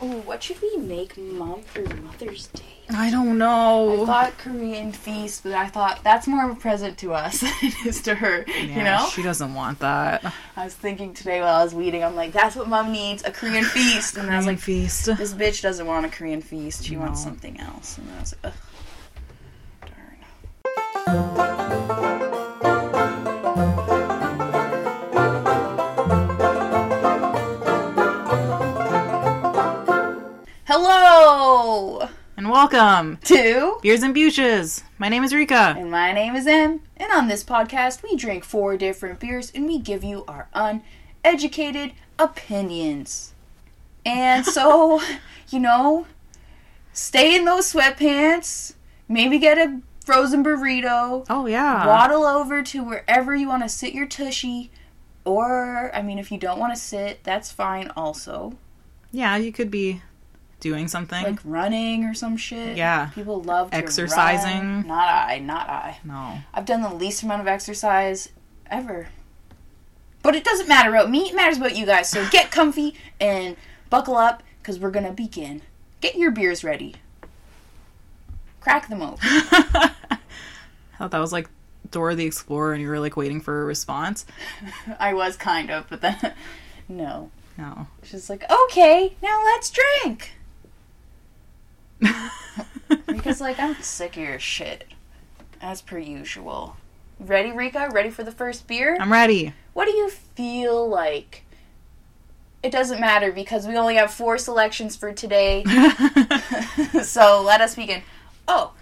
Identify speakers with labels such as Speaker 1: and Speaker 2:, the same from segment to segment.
Speaker 1: Oh, what should we make mom for Mother's Day?
Speaker 2: I don't know.
Speaker 3: I thought Korean feast, but I thought that's more of a present to us than it is to her. you
Speaker 2: Yeah,
Speaker 3: know?
Speaker 2: she doesn't want that.
Speaker 3: I was thinking today while I was weeding, I'm like, that's what mom needs, a Korean feast. And I was
Speaker 2: Korean
Speaker 3: like,
Speaker 2: feast.
Speaker 3: this bitch doesn't want a Korean feast. She wants
Speaker 2: No.
Speaker 3: something else. And I was like, ugh, darn. Hello
Speaker 2: And welcome,
Speaker 3: to
Speaker 2: beers and buches. My name is Rika.
Speaker 3: And my name is Em, and on this podcast, we drink four different beers and we give you our uneducated opinions. And so, you know, stay in those sweatpants, maybe get a frozen burrito,
Speaker 2: Oh yeah.
Speaker 3: waddle over to wherever you want to sit your tushy, or, I mean, if you don't want to sit, that's fine also.
Speaker 2: Yeah, you could be doing something.
Speaker 3: Like running or some shit.
Speaker 2: Yeah.
Speaker 3: People love to
Speaker 2: Exercising.
Speaker 3: run. Not I, not I.
Speaker 2: no.
Speaker 3: I've done the least amount of exercise ever. But it doesn't matter about me, it matters about you guys. So get comfy and buckle up because we're going to begin. Get your beers ready. Crack them open.
Speaker 2: I thought that was like Dora the Explorer, and you were like waiting for a response.
Speaker 3: I was kind of, but then. No.
Speaker 2: No.
Speaker 3: She's like, okay, now let's drink. Because, like, I'm sick of your shit. As per usual. Ready, Rika? Ready for the first beer?
Speaker 2: I'm ready.
Speaker 3: what do you feel like? It doesn't matter because we only have four selections for today. so let us begin. Oh,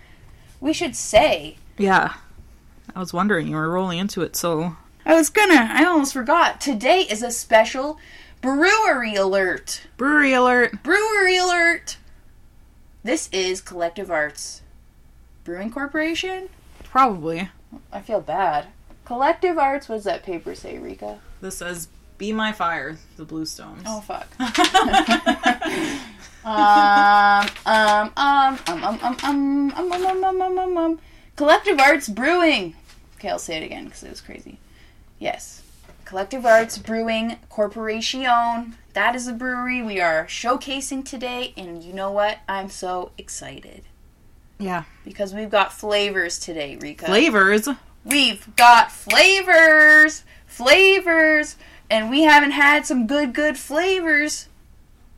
Speaker 3: we should say.
Speaker 2: yeah. I was wondering, you were rolling into it, so
Speaker 3: I was gonna, I almost forgot. Today is a special brewery alert.
Speaker 2: brewery alert.
Speaker 3: Brewery alert! This is Collective Arts Brewing Corporation?
Speaker 2: Probably.
Speaker 3: I feel bad. Collective Arts, what does that paper say, Rika?
Speaker 2: This says Be My Fire, the Bluestones.
Speaker 3: Oh, fuck. um, um, um, um, um, um, um, um, um, um, um, um, um, um. Collective Arts Brewing. Okay, I'll say it again because it was crazy. Yes. Collective Arts Brewing Corporation. That is the brewery we are showcasing today, and you know what? I'm so excited
Speaker 2: yeah.
Speaker 3: because we've got flavors today, Rika.
Speaker 2: Flavors.
Speaker 3: We've got flavors, flavors, and we haven't had some good, good flavors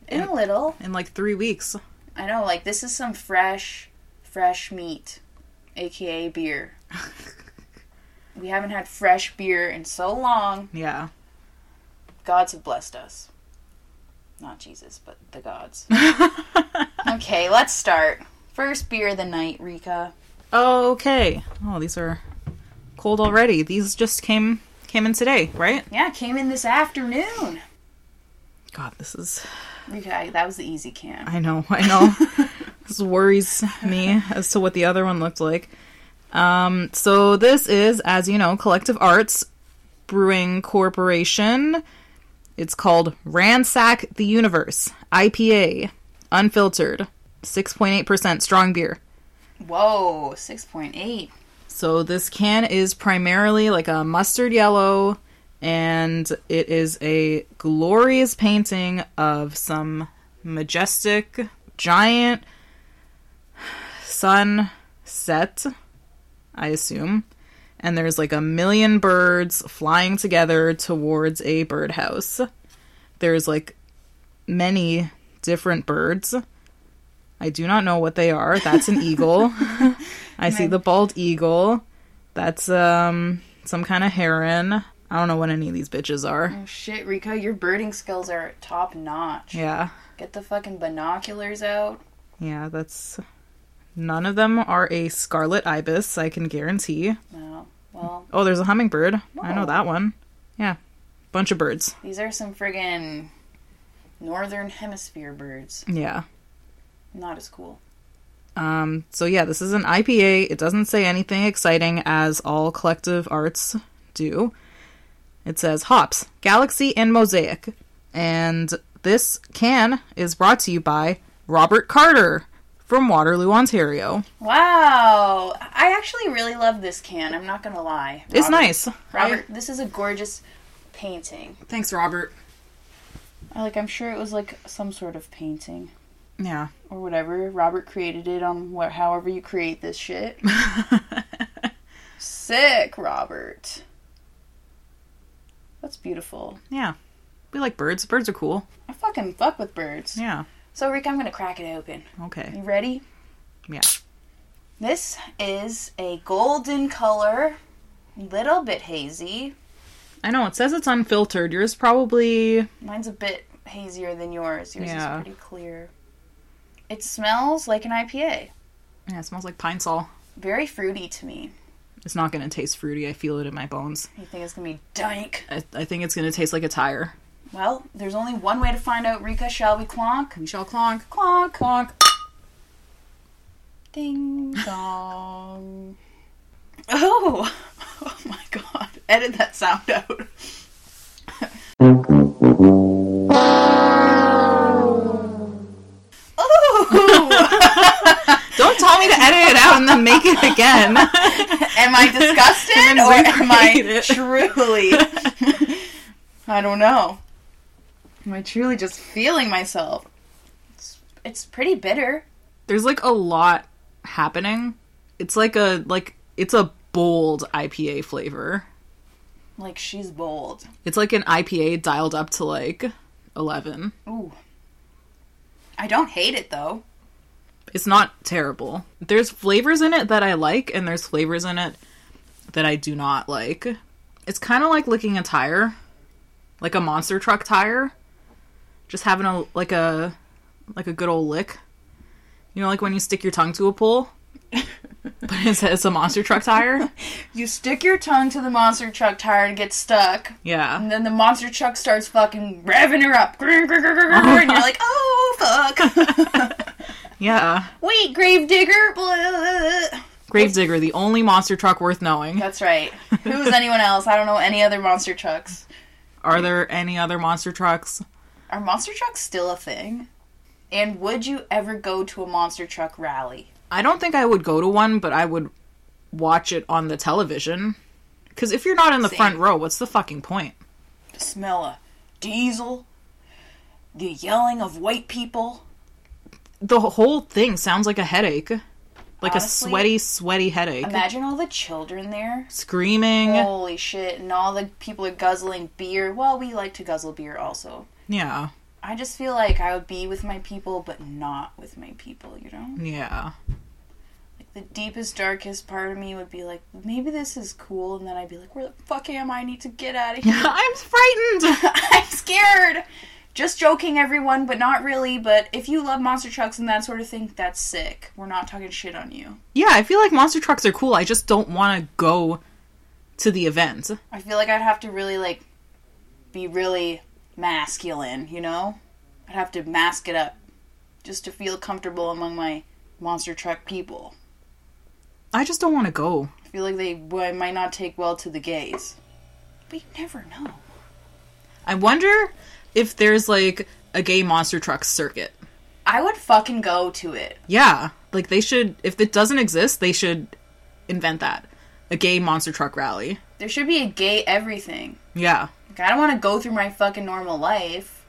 Speaker 3: in a little.
Speaker 2: In like three weeks.
Speaker 3: I know, like, this is some fresh, fresh meat, aka beer. We haven't had fresh beer in so long.
Speaker 2: yeah.
Speaker 3: Gods have blessed us. Not Jesus, but the gods. Okay, let's start. First beer of the night, Rika.
Speaker 2: okay. Oh, these are cold already. These just came came in today, right?
Speaker 3: Yeah, came in this afternoon.
Speaker 2: God, this is
Speaker 3: Rika, I- that was the easy can.
Speaker 2: I know, I know. this worries me as to what the other one looked like. Um, so this is, as you know, Collective Arts Brewing Corporation. It's called Ransack the Universe IPA, unfiltered, 6.8% strong beer.
Speaker 3: Whoa, 6.8.
Speaker 2: So this can is primarily like a mustard yellow, and it is a glorious painting of some majestic giant sunset, I assume. And there's like a million birds flying together towards a birdhouse. There's like many different birds. I do not know what they are. That's an eagle. I see the bald eagle. That's um some kind of heron. I don't know what any of these bitches are.
Speaker 3: Oh shit, Rika, your birding skills are top notch.
Speaker 2: Yeah.
Speaker 3: Get the fucking binoculars out.
Speaker 2: Yeah, that's none of them are a scarlet ibis, I can guarantee.
Speaker 3: No. Well,
Speaker 2: Oh, there's a hummingbird. I know
Speaker 3: Whoa.
Speaker 2: that one. Yeah. Bunch of birds.
Speaker 3: these are some friggin' northern hemisphere birds.
Speaker 2: Yeah.
Speaker 3: Not as cool.
Speaker 2: Um so yeah, this is an IPA. It doesn't say anything exciting as all collective arts do. It says hops, galaxy and mosaic. And this can is brought to you by Robert Carter from Waterloo, Ontario.
Speaker 3: Wow! I actually really love this can, I'm not gonna lie.
Speaker 2: It's
Speaker 3: Robert-
Speaker 2: nice.
Speaker 3: Robert, this is a gorgeous painting.
Speaker 2: Thanks, Robert.
Speaker 3: I- Like I'm sure it was like some sort of painting
Speaker 2: Yeah.
Speaker 3: or whatever. Robert created it on what however you create this shit. Sick, Robert. That's beautiful.
Speaker 2: yeah. We like birds. Birds are cool.
Speaker 3: I fucking fuck with birds.
Speaker 2: Yeah.
Speaker 3: So Rick, I'm gonna crack it open.
Speaker 2: Okay.
Speaker 3: You ready?
Speaker 2: Yeah.
Speaker 3: This is a golden color, little bit hazy.
Speaker 2: I know it says it's unfiltered. Yours probably
Speaker 3: Mine's a bit hazier than yours. Yours
Speaker 2: Yeah.
Speaker 3: is pretty clear. It smells like an IPA.
Speaker 2: yeah, it smells like pine sol.
Speaker 3: Very fruity to me.
Speaker 2: It's not gonna taste fruity. I feel it in my bones.
Speaker 3: You think it's gonna be dank?
Speaker 2: I, I think it's gonna taste like a tire.
Speaker 3: Well, there's only one way to find out, Rika. Shall we clonk?
Speaker 2: We shall clonk.
Speaker 3: Clonk.
Speaker 2: Clonk.
Speaker 3: Ding dong. Oh! Oh my god. Edit that sound out. oh!
Speaker 2: Don't tell me to edit it out and then make it again.
Speaker 3: Am I disgusted
Speaker 2: And then
Speaker 3: or am I
Speaker 2: recreate it.
Speaker 3: truly? I don't know. Am I truly just feeling myself? It's, it's pretty bitter.
Speaker 2: There's like a lot happening. It's like a like it's a bold IPA flavor.
Speaker 3: Like she's bold.
Speaker 2: It's like an IPA dialed up to like 11.
Speaker 3: Ooh. I don't hate it though.
Speaker 2: It's not terrible. There's flavors in it that I like, and there's flavors in it that I do not like. It's kind of like licking a tire, like a monster truck tire. Just having a like a like a good old lick. You know, like when you stick your tongue to a pole, but it's, it's a monster truck tire.
Speaker 3: You stick your tongue to the monster truck tire and get stuck,
Speaker 2: Yeah,
Speaker 3: and then the monster truck starts fucking revving her up. Grr, grr, grr, grr, grr, and you're like, oh fuck.
Speaker 2: yeah.
Speaker 3: Wait, Gravedigger. Blah.
Speaker 2: Gravedigger, the only monster truck worth knowing.
Speaker 3: That's right. Who's anyone else? I don't know any other monster trucks.
Speaker 2: Are there any other monster trucks?
Speaker 3: Are monster trucks still a thing? And would you ever go to a monster truck rally?
Speaker 2: I don't think I would go to one, but I would watch it on the television. Because if you're not in the
Speaker 3: Same.
Speaker 2: front row, what's the fucking point?
Speaker 3: The smell of diesel, the yelling of white people.
Speaker 2: The whole thing sounds like a headache. Like
Speaker 3: Honestly,
Speaker 2: a sweaty, sweaty headache.
Speaker 3: Imagine all the children there.
Speaker 2: Screaming.
Speaker 3: Holy shit, and all the people are guzzling beer. Well, we like to guzzle beer also.
Speaker 2: Yeah.
Speaker 3: I just feel like I would be with my people, but not with my people, you know?
Speaker 2: Yeah.
Speaker 3: Like the deepest, darkest part of me would be like, maybe this is cool, and then I'd be like, where the fuck am I? I need to get out of here.
Speaker 2: I'm frightened.
Speaker 3: I'm scared! Just joking, everyone, but not really. But if you love monster trucks and that sort of thing, that's sick. We're not talking shit on you.
Speaker 2: yeah, I feel like monster trucks are cool. I just don't want to go to the event.
Speaker 3: I feel like I'd have to really like be really masculine, you know? I'd have to mask it up just to feel comfortable among my monster truck people.
Speaker 2: I just don't want to go.
Speaker 3: I feel like they w- might not take well to the gays. But you never know.
Speaker 2: I wonder if there's like a gay monster truck circuit.
Speaker 3: I would fucking go to it.
Speaker 2: Yeah, like they should. If it doesn't exist, they should invent that a gay monster truck rally.
Speaker 3: There should be a gay everything.
Speaker 2: Yeah,
Speaker 3: Like I don't want to go through my fucking normal life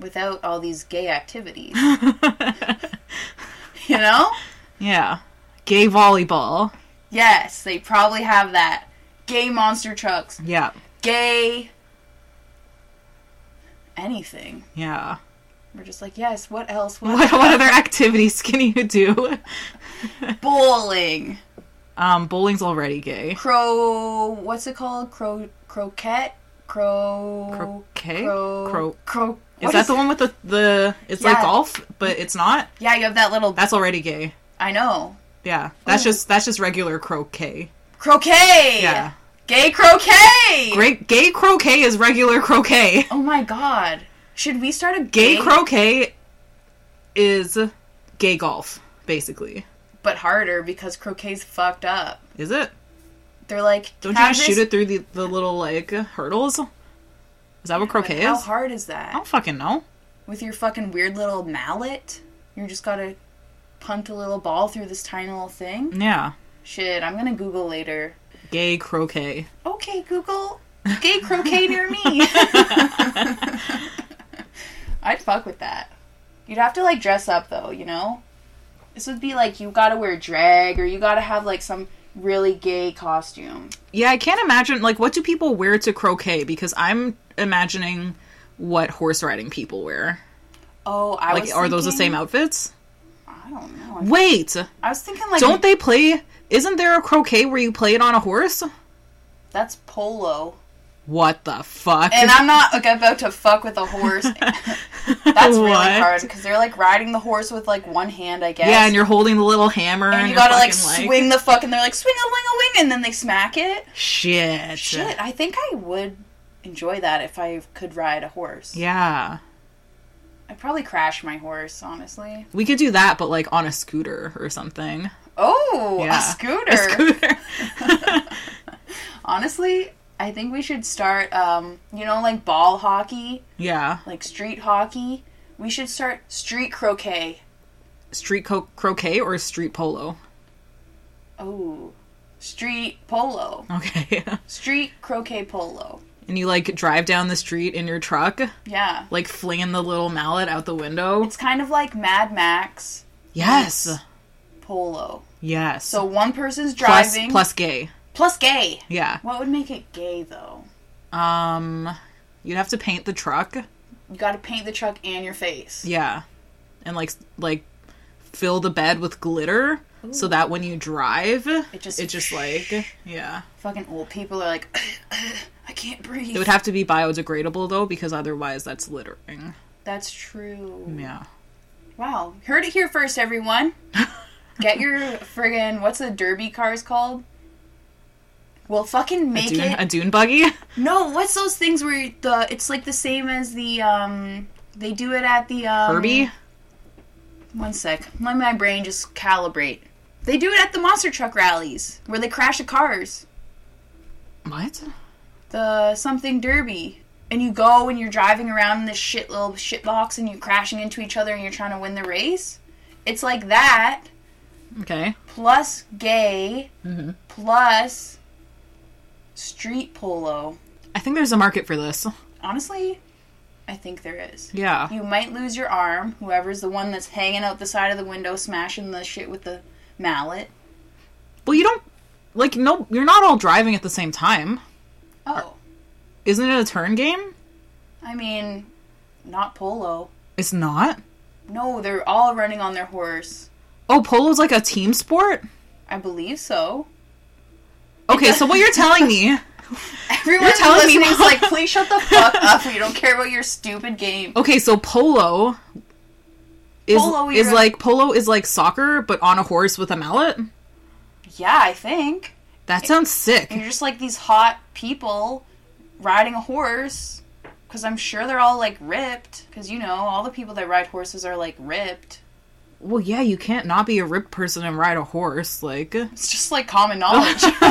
Speaker 3: without all these gay activities. you know?
Speaker 2: yeah, gay volleyball.
Speaker 3: Yes, they probably have that. Gay monster trucks.
Speaker 2: Yeah,
Speaker 3: gay anything
Speaker 2: yeah.
Speaker 3: we're just like yes what else what,
Speaker 2: What, what other activities can you do?
Speaker 3: bowling
Speaker 2: Um, bowling's already gay.
Speaker 3: crow what's it called crow croquette crow
Speaker 2: Croquet?
Speaker 3: crow
Speaker 2: Crow-
Speaker 3: crow
Speaker 2: eh? Is
Speaker 3: what
Speaker 2: that the one with the the? It's like
Speaker 3: Yeah.
Speaker 2: golf, but it's not.
Speaker 3: yeah you have that little
Speaker 2: That's already gay.
Speaker 3: i know
Speaker 2: Yeah, that's
Speaker 3: Oh.
Speaker 2: just that's just regular croquet.
Speaker 3: croquet
Speaker 2: Yeah,
Speaker 3: gay croquet
Speaker 2: great gay croquet is regular croquet.
Speaker 3: oh my god should we start a
Speaker 2: Gay croquet is gay golf, basically.
Speaker 3: but harder because croquet's fucked up
Speaker 2: Is it?
Speaker 3: they're like
Speaker 2: Don't you
Speaker 3: have
Speaker 2: just shoot
Speaker 3: this-
Speaker 2: it through the, the little like hurdles? Is that what
Speaker 3: Like,
Speaker 2: croquet
Speaker 3: how
Speaker 2: is?
Speaker 3: hard is that
Speaker 2: I don't fucking know.
Speaker 3: with your fucking weird little mallet. You're just gotta punt a little ball through this tiny little thing.
Speaker 2: Yeah.
Speaker 3: Shit, I'm gonna Google later.
Speaker 2: Gay croquet.
Speaker 3: Okay, Google, gay croquet near me. I'd fuck with that. You'd have to like dress up though, you know? This would be like you gotta wear drag or you gotta have like some really gay costume.
Speaker 2: Yeah, I can't imagine. Like, what do people wear to croquet? Because I'm imagining what horse riding people wear.
Speaker 3: Oh, I
Speaker 2: Like,
Speaker 3: was
Speaker 2: are those the
Speaker 3: thinking-
Speaker 2: same outfits?
Speaker 3: I don't know.
Speaker 2: Wait,
Speaker 3: I was thinking like
Speaker 2: don't they play? Isn't there a croquet where you play it on a horse?
Speaker 3: that's polo.
Speaker 2: What the fuck?
Speaker 3: And I'm not like, about to fuck with a horse. That's really
Speaker 2: What?
Speaker 3: hard because they're like riding the horse with like one hand, I guess.
Speaker 2: Yeah, and you're holding the little hammer, and,
Speaker 3: And you
Speaker 2: you're
Speaker 3: gotta like
Speaker 2: fucking,
Speaker 3: swing the fuck, and they're like swing a wing a wing, and then they smack it.
Speaker 2: Shit.
Speaker 3: Shit, I think I would enjoy that if I could ride a horse.
Speaker 2: Yeah,
Speaker 3: I'd probably crash my horse, honestly.
Speaker 2: we could do that, but like on a scooter or something.
Speaker 3: Oh,
Speaker 2: Yeah.
Speaker 3: a scooter.
Speaker 2: A scooter.
Speaker 3: honestly, I think we should start, um, you know, like ball hockey,
Speaker 2: yeah,
Speaker 3: like street hockey. We should start street croquet.
Speaker 2: street co- croquet or street polo.
Speaker 3: Oh, street polo.
Speaker 2: Okay,
Speaker 3: Street croquet polo.
Speaker 2: and you like drive down the street in your truck,
Speaker 3: Yeah.
Speaker 2: like flinging the little mallet out the window.
Speaker 3: It's kind of like Mad Max
Speaker 2: Yes,
Speaker 3: polo.
Speaker 2: yes.
Speaker 3: So one person's
Speaker 2: Plus-
Speaker 3: driving
Speaker 2: plus gay.
Speaker 3: plus gay.
Speaker 2: Yeah.
Speaker 3: What would make it gay though?
Speaker 2: Um, you'd have to paint the truck.
Speaker 3: You got to paint the truck and your face.
Speaker 2: Yeah, and like like fill the bed with glitter so that when you drive, it
Speaker 3: just-
Speaker 2: just it just like yeah.
Speaker 3: Fucking old people are like, I can't breathe.
Speaker 2: It would have to be biodegradable though, because otherwise that's littering.
Speaker 3: That's true.
Speaker 2: Yeah.
Speaker 3: Wow. Heard it here first, everyone. Get your friggin' what's the derby cars called? Well, fucking make
Speaker 2: Dune,
Speaker 3: it.
Speaker 2: a dune buggy.
Speaker 3: No, what's those things where the it's like the same as the um they do it at the um
Speaker 2: Herbie.
Speaker 3: One sec. Let my brain just calibrate. They do it at the monster truck rallies where they crash the cars.
Speaker 2: What?
Speaker 3: The something derby. And you go and you're driving around in this shit little shit box and you're crashing into each other and you're trying to win the race. It's like that
Speaker 2: Okay.
Speaker 3: plus gay
Speaker 2: Mhm.
Speaker 3: plus street polo.
Speaker 2: I think there's a market for this.
Speaker 3: Honestly, I think there is.
Speaker 2: Yeah.
Speaker 3: You might lose your arm, whoever's the one that's hanging out the side of the window smashing the shit with the mallet.
Speaker 2: Well, you don't like no. You're not all driving at the same time.
Speaker 3: Oh.
Speaker 2: Isn't it a turn game?
Speaker 3: I mean, not polo.
Speaker 2: It's not.
Speaker 3: No, they're all running on their horse.
Speaker 2: Oh, polo's like a team sport.
Speaker 3: I believe so.
Speaker 2: Okay, so what you're telling me?
Speaker 3: Everyone
Speaker 2: telling me
Speaker 3: listening's
Speaker 2: no.
Speaker 3: like, please shut the fuck up. We don't care about your stupid game.
Speaker 2: Okay, so polo is
Speaker 3: Polo,
Speaker 2: is
Speaker 3: you're-
Speaker 2: like polo is like soccer, but on a horse with a mallet.
Speaker 3: Yeah, I think.
Speaker 2: That sounds
Speaker 3: You're
Speaker 2: sick.
Speaker 3: just like these hot people riding a horse. Because I'm sure they're all like ripped. Because you know, all the people that ride horses are like ripped.
Speaker 2: Well, yeah, you can't not be a ripped person and ride a horse. Like,
Speaker 3: It's just like common knowledge.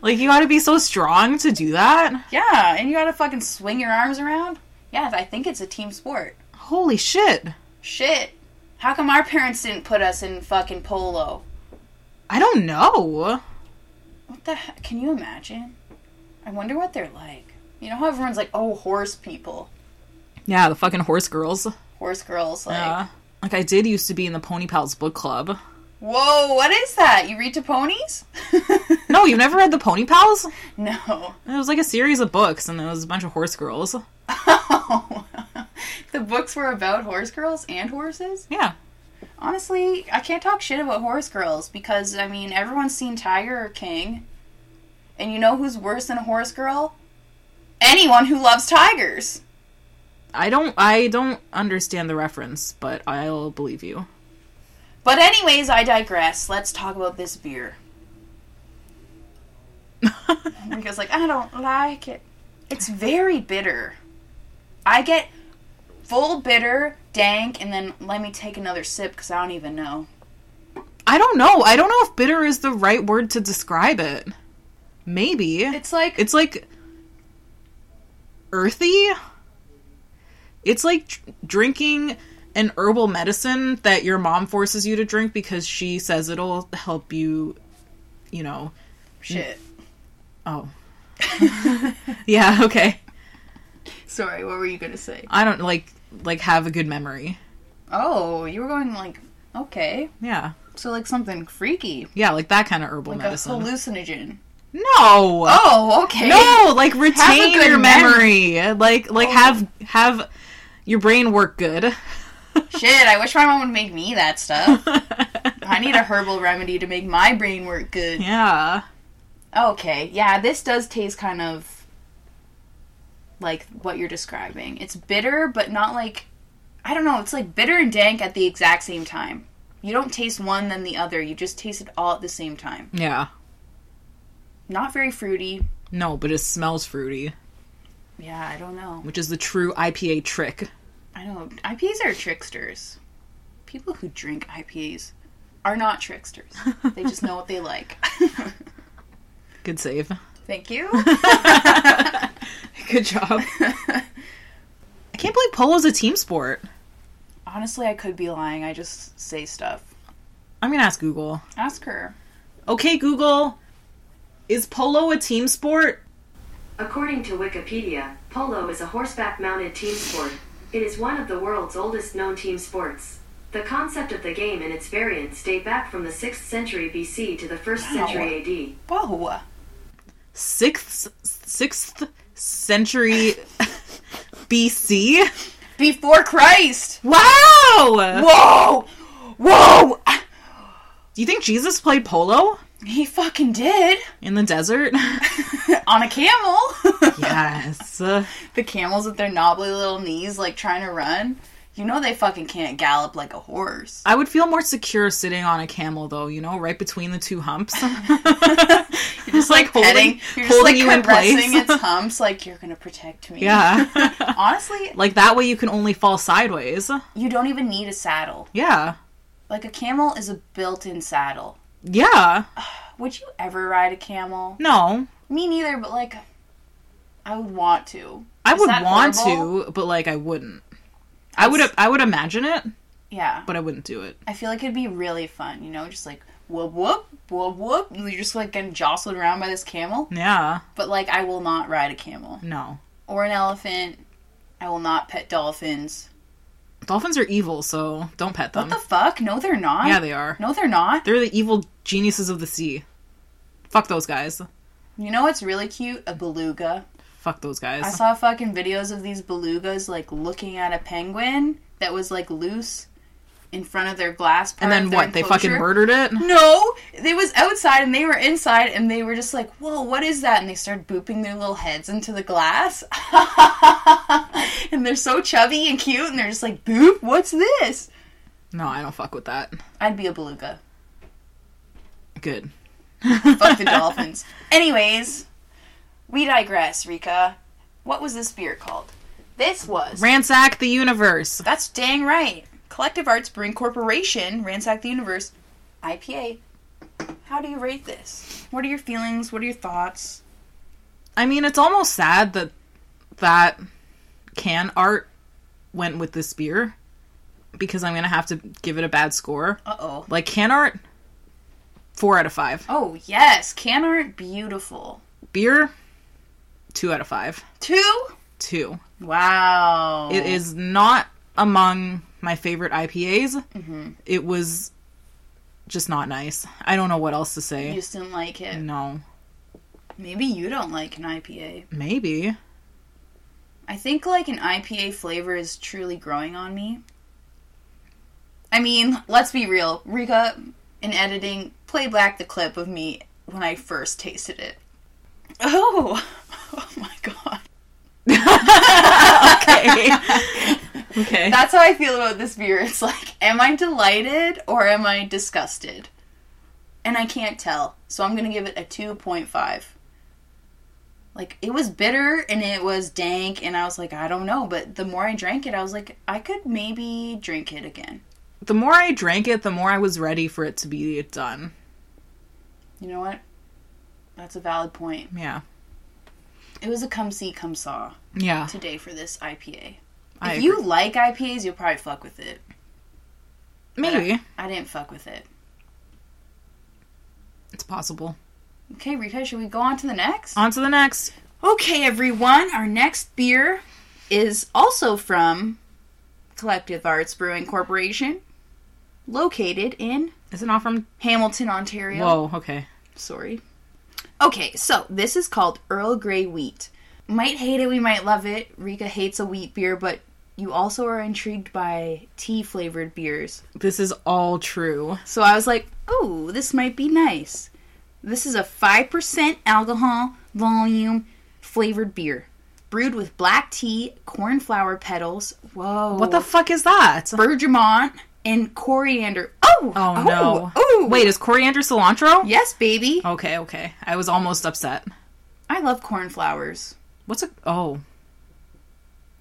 Speaker 2: like you got to be so strong to do that.
Speaker 3: yeah, and you gotta fucking swing your arms around. Yeah, I think it's a team sport.
Speaker 2: Holy shit!
Speaker 3: Shit. How come our parents didn't put us in fucking polo?
Speaker 2: I don't know.
Speaker 3: What the heck? Can you imagine? I wonder what they're like. You know how everyone's like, oh, horse people,
Speaker 2: Yeah, the fucking horse girls.
Speaker 3: horse girls. Like,
Speaker 2: Yeah. Like I did used to be in the Pony Pals book club.
Speaker 3: whoa, what is that? You read to ponies?
Speaker 2: No, you've never read the Pony Pals?
Speaker 3: no.
Speaker 2: It was like a series of books, and there was a bunch of horse girls.
Speaker 3: the books were about horse girls and horses?
Speaker 2: Yeah.
Speaker 3: Honestly, I can't talk shit about horse girls because, I mean, everyone's seen Tiger or King. And you know who's worse than a horse girl? Anyone who loves tigers.
Speaker 2: I don't I don't understand the reference, but I'll believe you.
Speaker 3: But anyways, I digress. Let's talk about this beer. Because like I don't like it. It's very bitter. I get full bitter, dank, and then let me take another sip because I don't even know.
Speaker 2: I don't know. I don't know if bitter is the right word to describe it. Maybe.
Speaker 3: It's
Speaker 2: It's,
Speaker 3: like
Speaker 2: like earthy. It's like dr- drinking an herbal medicine that your mom forces you to drink because she says it'll help you, you know.
Speaker 3: shit.
Speaker 2: Oh. yeah, okay.
Speaker 3: Sorry, what were you gonna say?
Speaker 2: I don't like like have a good memory.
Speaker 3: Oh, you were going like okay,
Speaker 2: Yeah.
Speaker 3: so like something freaky,
Speaker 2: Yeah, like that kind of herbal
Speaker 3: like
Speaker 2: medicine.
Speaker 3: a hallucinogen.
Speaker 2: no.
Speaker 3: Oh, okay.
Speaker 2: No, like retain
Speaker 3: good
Speaker 2: your
Speaker 3: memory.
Speaker 2: memory. Like like
Speaker 3: Oh.
Speaker 2: have have your brain work good.
Speaker 3: Shit, I wish my mom would make me that stuff. I need a herbal remedy to make my brain work good.
Speaker 2: Yeah.
Speaker 3: Okay, yeah, this does taste kind of like what you're describing. It's bitter, but not like I don't know, it's like bitter and dank at the exact same time. You don't taste one then the other, you just taste it all at the same time.
Speaker 2: Yeah.
Speaker 3: Not very fruity.
Speaker 2: No, but it smells fruity,
Speaker 3: Yeah, I don't know.
Speaker 2: which is the true IPA trick.
Speaker 3: I know IPAs are tricksters. People who drink IPAs are not tricksters. They just know what they like.
Speaker 2: Good save.
Speaker 3: Thank you.
Speaker 2: Good job. I can't believe polo's a team sport.
Speaker 3: Honestly, I could be lying. I just say stuff.
Speaker 2: I'm gonna ask Google.
Speaker 3: Ask her.
Speaker 2: Okay, Google, is polo a team sport?
Speaker 4: According to Wikipedia, polo is a horseback mounted team sport. It is one of the world's oldest known team sports. The concept of the game and its variants date back from the 6th century BC to the 1st
Speaker 3: Wow.
Speaker 4: century AD.
Speaker 3: Whoa.
Speaker 2: Sixth, sixth century BC.
Speaker 3: Before Christ.
Speaker 2: Wow!
Speaker 3: Whoa. Whoa.
Speaker 2: Do you think Jesus played polo
Speaker 3: He fucking did.
Speaker 2: in the desert?
Speaker 3: On a camel.
Speaker 2: yes. Uh,
Speaker 3: the camels with their knobbly little knees, like trying to run. You know they fucking can't gallop like a horse.
Speaker 2: I would feel more secure sitting on a camel, though. You know, right between the two humps. You're just like holding,
Speaker 3: Petting. You're
Speaker 2: holding
Speaker 3: just,
Speaker 2: you
Speaker 3: like,
Speaker 2: in place.
Speaker 3: caressing its humps, like you're gonna protect me.
Speaker 2: yeah.
Speaker 3: Honestly,
Speaker 2: like that way, you can only fall sideways.
Speaker 3: you don't even need a saddle.
Speaker 2: Yeah.
Speaker 3: Like a camel is a built-in saddle.
Speaker 2: Yeah.
Speaker 3: Would you ever ride a camel?
Speaker 2: No,
Speaker 3: Me neither, but like, I would want to.
Speaker 2: I
Speaker 3: Is
Speaker 2: would
Speaker 3: that
Speaker 2: want
Speaker 3: horrible?
Speaker 2: to, but like I wouldn't. I would I would imagine it,
Speaker 3: Yeah,
Speaker 2: but I wouldn't do it.
Speaker 3: I feel like it'd be really fun. You know, just like whoop whoop whoop whoop. and You're just like getting jostled around by this camel.
Speaker 2: Yeah.
Speaker 3: But like, I will not ride a camel
Speaker 2: No.
Speaker 3: or an elephant. I will not pet dolphins.
Speaker 2: Dolphins are evil, so don't pet
Speaker 3: What
Speaker 2: them.
Speaker 3: the fuck? No, they're not.
Speaker 2: Um, yeah, they are.
Speaker 3: No, they're not.
Speaker 2: They're the evil geniuses of the sea. Fuck those guys.
Speaker 3: You know what's really cute? A beluga.
Speaker 2: Fuck those guys.
Speaker 3: I saw fucking videos of these belugas like looking at a penguin that was like loose in front of their glass. Part
Speaker 2: and
Speaker 3: of
Speaker 2: then
Speaker 3: their
Speaker 2: what? They fucking
Speaker 3: enclosure.
Speaker 2: murdered it?
Speaker 3: No, it was outside and they were inside and they were just like, "Whoa, what is that?" And they started booping their little heads into the glass. and they're so chubby and cute and they're just like, "Boop, what's this?"
Speaker 2: No, I don't fuck with that.
Speaker 3: I'd be a beluga.
Speaker 2: Good.
Speaker 3: Fuck the dolphins. Anyways, we digress, Rika. What was this beer called? This was
Speaker 2: Ransack the universe.
Speaker 3: That's dang right. Collective Arts Brewing Corporation, Ransack the Universe, IPA. How do you rate this? What are your feelings? What are your thoughts?
Speaker 2: I mean, it's almost sad that that can art went with this beer because I'm going to have to give it a bad score.
Speaker 3: Uh oh.
Speaker 2: Like can art, four out of five.
Speaker 3: Oh yes, can art beautiful.
Speaker 2: Beer, two out of five.
Speaker 3: Two.
Speaker 2: Two.
Speaker 3: Wow.
Speaker 2: It is not among my favorite IPAs.
Speaker 3: Mm-hmm.
Speaker 2: It was just not nice. I don't know what else to
Speaker 3: You
Speaker 2: say.
Speaker 3: just didn't like it.
Speaker 2: No,
Speaker 3: Maybe you don't like an IPA.
Speaker 2: maybe.
Speaker 3: I think like an IPA flavor is truly growing on me. I mean, let's be real. Rika, in editing, play back the clip of me when I first tasted it. Oh, oh my god.
Speaker 2: Okay. okay.
Speaker 3: That's how I feel about this beer. It's like, am I delighted or am I disgusted? And I can't tell. So I'm going to give it a 2.5. Like, it was bitter and it was dank, and I was like, I don't know. But the more I drank it, I was like, I could maybe drink it again.
Speaker 2: The more I drank it, the more I was ready for it to be done.
Speaker 3: You know what? That's a valid point.
Speaker 2: Yeah.
Speaker 3: It was a come see, come saw
Speaker 2: Yeah.
Speaker 3: today for this IPA. If
Speaker 2: I
Speaker 3: you like IPAs, you'll probably fuck with it.
Speaker 2: Maybe.
Speaker 3: I didn't fuck with it.
Speaker 2: It's possible.
Speaker 3: Okay, Rika, should we go on to the next?
Speaker 2: On to the next.
Speaker 3: Okay, everyone, our next beer is also from Collective Arts Brewing Corporation, located in
Speaker 2: Is it not from?
Speaker 3: Hamilton, Ontario.
Speaker 2: Whoa. Okay.
Speaker 3: Sorry. Okay, so this is called Earl Grey Wheat. Might hate it, we might love it. Rika hates a wheat beer, but you also are intrigued by tea flavored beers.
Speaker 2: This is all true.
Speaker 3: So I was like, oh, this might be nice. This is a 5% alcohol volume flavored beer. Brewed with black tea, cornflower petals. Whoa.
Speaker 2: What the fuck is that?
Speaker 3: bergamot and coriander. Oh!
Speaker 2: Oh, no.
Speaker 3: Oh!
Speaker 2: Wait, Oh. is coriander cilantro?
Speaker 3: Yes, baby.
Speaker 2: Okay, okay. I was almost upset.
Speaker 3: I love cornflowers.
Speaker 2: What's a oh?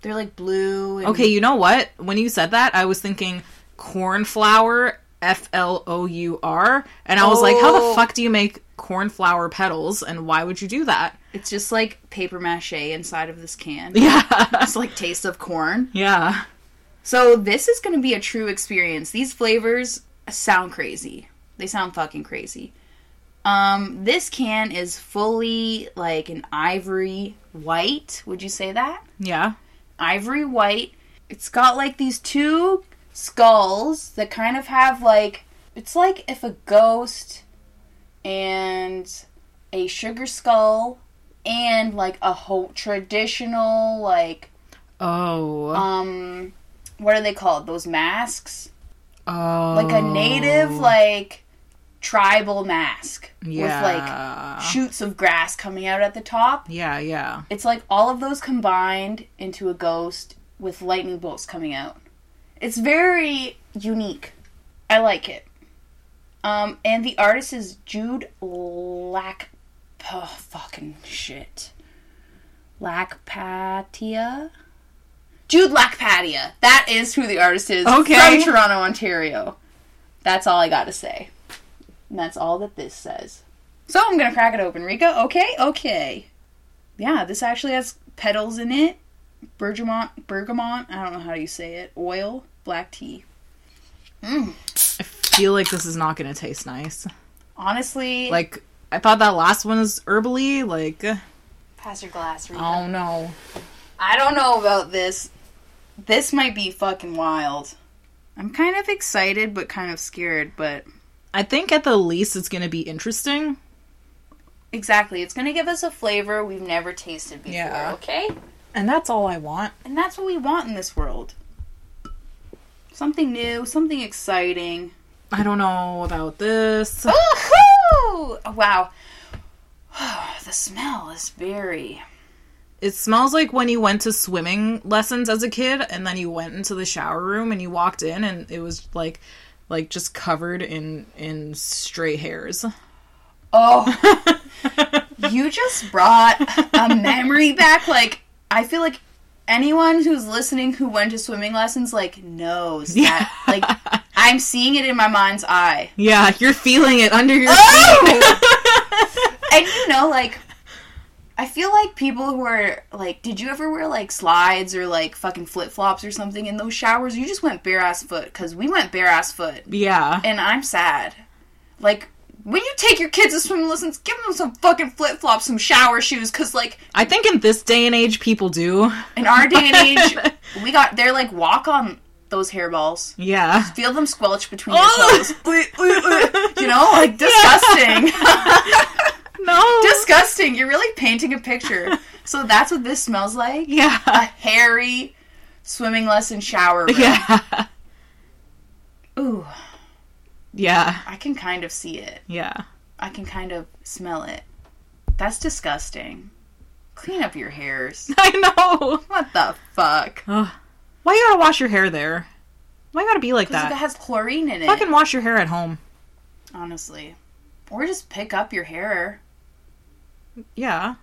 Speaker 3: They're like blue. And
Speaker 2: Okay, you know what? When you said that, I was thinking cornflower, F L O U R, and I was like, how
Speaker 3: Oh.
Speaker 2: the fuck do you make cornflower petals, and why would you do that?
Speaker 3: It's just like paper mache inside of this can.
Speaker 2: Yeah,
Speaker 3: It's like taste of corn.
Speaker 2: yeah.
Speaker 3: So this is going to be a true experience. These flavors sound crazy. They sound fucking crazy. Um, this can is fully like an ivory white. Would you say that?
Speaker 2: Yeah.
Speaker 3: ivory white. It's got like these two skulls that kind of have like it's like if a ghost and a sugar skull and like a whole traditional like
Speaker 2: Oh.
Speaker 3: um what are they called? Those masks?
Speaker 2: oh.
Speaker 3: Like a native like tribal mask
Speaker 2: Yeah.
Speaker 3: with like shoots of grass coming out at the top.
Speaker 2: yeah, yeah.
Speaker 3: It's like all of those combined into a ghost with lightning bolts coming out. It's very unique. I like it. Um, and the artist is Jude Lack. Oh, fucking shit. Lackpatia? Jude Lackpatia. That is who the artist is
Speaker 2: Okay.
Speaker 3: from Toronto, Ontario. That's all I gotta say. And that's all that this says. So I'm gonna crack it open, Rika. Okay, okay. Yeah, this actually has petals in it. Bergamot, bergamot. I don't know how you say it. Oil, black tea.
Speaker 2: I feel like this is not gonna taste nice.
Speaker 3: Honestly, like
Speaker 2: Like I thought that last one was herbally. Like
Speaker 1: Pass your glass, Rita.
Speaker 3: um,
Speaker 2: oh no.
Speaker 3: I don't know about this. This might be fucking wild. I'm kind of excited, but kind of scared. But
Speaker 2: I think at the least it's gonna be interesting.
Speaker 3: exactly, it's gonna give us a flavor we've never tasted before.
Speaker 2: Yeah.
Speaker 3: Okay,
Speaker 2: And that's all I want.
Speaker 3: and that's what we want in this world. Something new, something exciting.
Speaker 2: I don't know about this.
Speaker 3: Woohoo! Wow. the smell is very.
Speaker 2: It smells like when you went to swimming lessons as a kid and then you went into the shower room and you walked in and it was like like just covered in in stray hairs.
Speaker 3: Oh, you just brought a memory back. Like, I feel like anyone who's listening who went to swimming lessons, like, knows that. Like, I'm seeing it in my mind's eye.
Speaker 2: Yeah, you're feeling it under your
Speaker 3: Ah! and you know, like, I feel like people who are like, did you ever wear like slides or like fucking flip flops or something in those showers? You just went bare ass foot because we went bare ass foot.
Speaker 2: Yeah.
Speaker 3: and I'm sad. Like, when you take your kids to swim lessons, give them some fucking flip flops, some shower shoes, because, like,
Speaker 2: I think in this day and age people do.
Speaker 3: in our day and age, we got, they're like, walk on those hairballs.
Speaker 2: Yeah.
Speaker 3: Feel them squelch between your toes. You know, like, disgusting.
Speaker 2: no.
Speaker 3: disgusting. You're really painting a picture. So that's what this smells like a
Speaker 2: yeah.
Speaker 3: hairy swimming lesson shower room.
Speaker 2: Yeah.
Speaker 3: Ooh,
Speaker 2: Yeah.
Speaker 3: I can kind of see it.
Speaker 2: Yeah.
Speaker 3: I can kind of smell it. That's disgusting. Clean up your hairs.
Speaker 2: I know.
Speaker 3: What the fuck?
Speaker 2: Why you gotta wash your hair there? Why you gotta be like
Speaker 3: Because it
Speaker 2: that?
Speaker 3: has chlorine in it.
Speaker 2: Fucking wash your hair at home.
Speaker 3: Honestly. Or just pick up your hair,
Speaker 2: Yeah.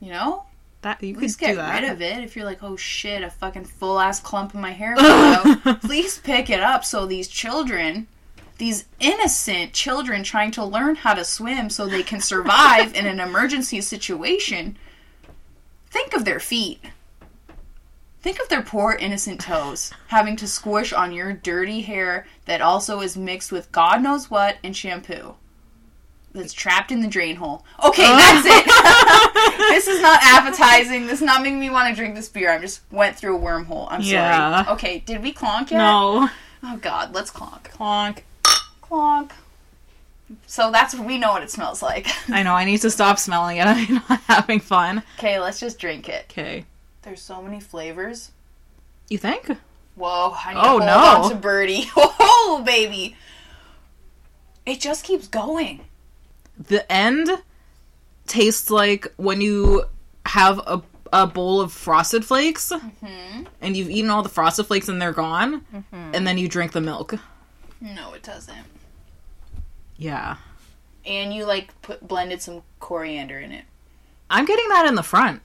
Speaker 3: you know?
Speaker 2: That you
Speaker 3: At
Speaker 2: could
Speaker 3: least
Speaker 2: do
Speaker 3: get
Speaker 2: that.
Speaker 3: rid of it if you're like, oh shit, a fucking full ass clump in my hair. fell out." Please pick it up so these children, these innocent children trying to learn how to swim so they can survive in an emergency situation, think of their feet. Think of their poor innocent toes having to squish on your dirty hair that also is mixed with God knows what and shampoo. that's trapped in the drain hole. Okay,
Speaker 2: Oh.
Speaker 3: that's it. this is not appetizing. This is not making me want to drink this beer. I just went through a wormhole. I'm
Speaker 2: Yeah.
Speaker 3: sorry. Okay, did we clonk yet?
Speaker 2: No.
Speaker 3: Oh God, let's clonk.
Speaker 2: Clonk.
Speaker 3: Clonk. So that's we know what it smells like.
Speaker 2: I know, I need to stop smelling it. I'm not having fun.
Speaker 3: okay, let's just drink it.
Speaker 2: Okay.
Speaker 3: There's so many flavors.
Speaker 2: You think?
Speaker 3: Whoa, I need
Speaker 2: Oh,
Speaker 3: to hold
Speaker 2: no.
Speaker 3: on to Birdie. Oh, baby. It just keeps going.
Speaker 2: The end tastes like when you have a, a bowl of frosted flakes
Speaker 3: Mm-hmm.
Speaker 2: and you've eaten all the frosted flakes and they're gone, and then you drink the milk.
Speaker 3: No, it doesn't.
Speaker 2: Yeah.
Speaker 3: And you like put blended some coriander in it.
Speaker 2: I'm getting that in the front.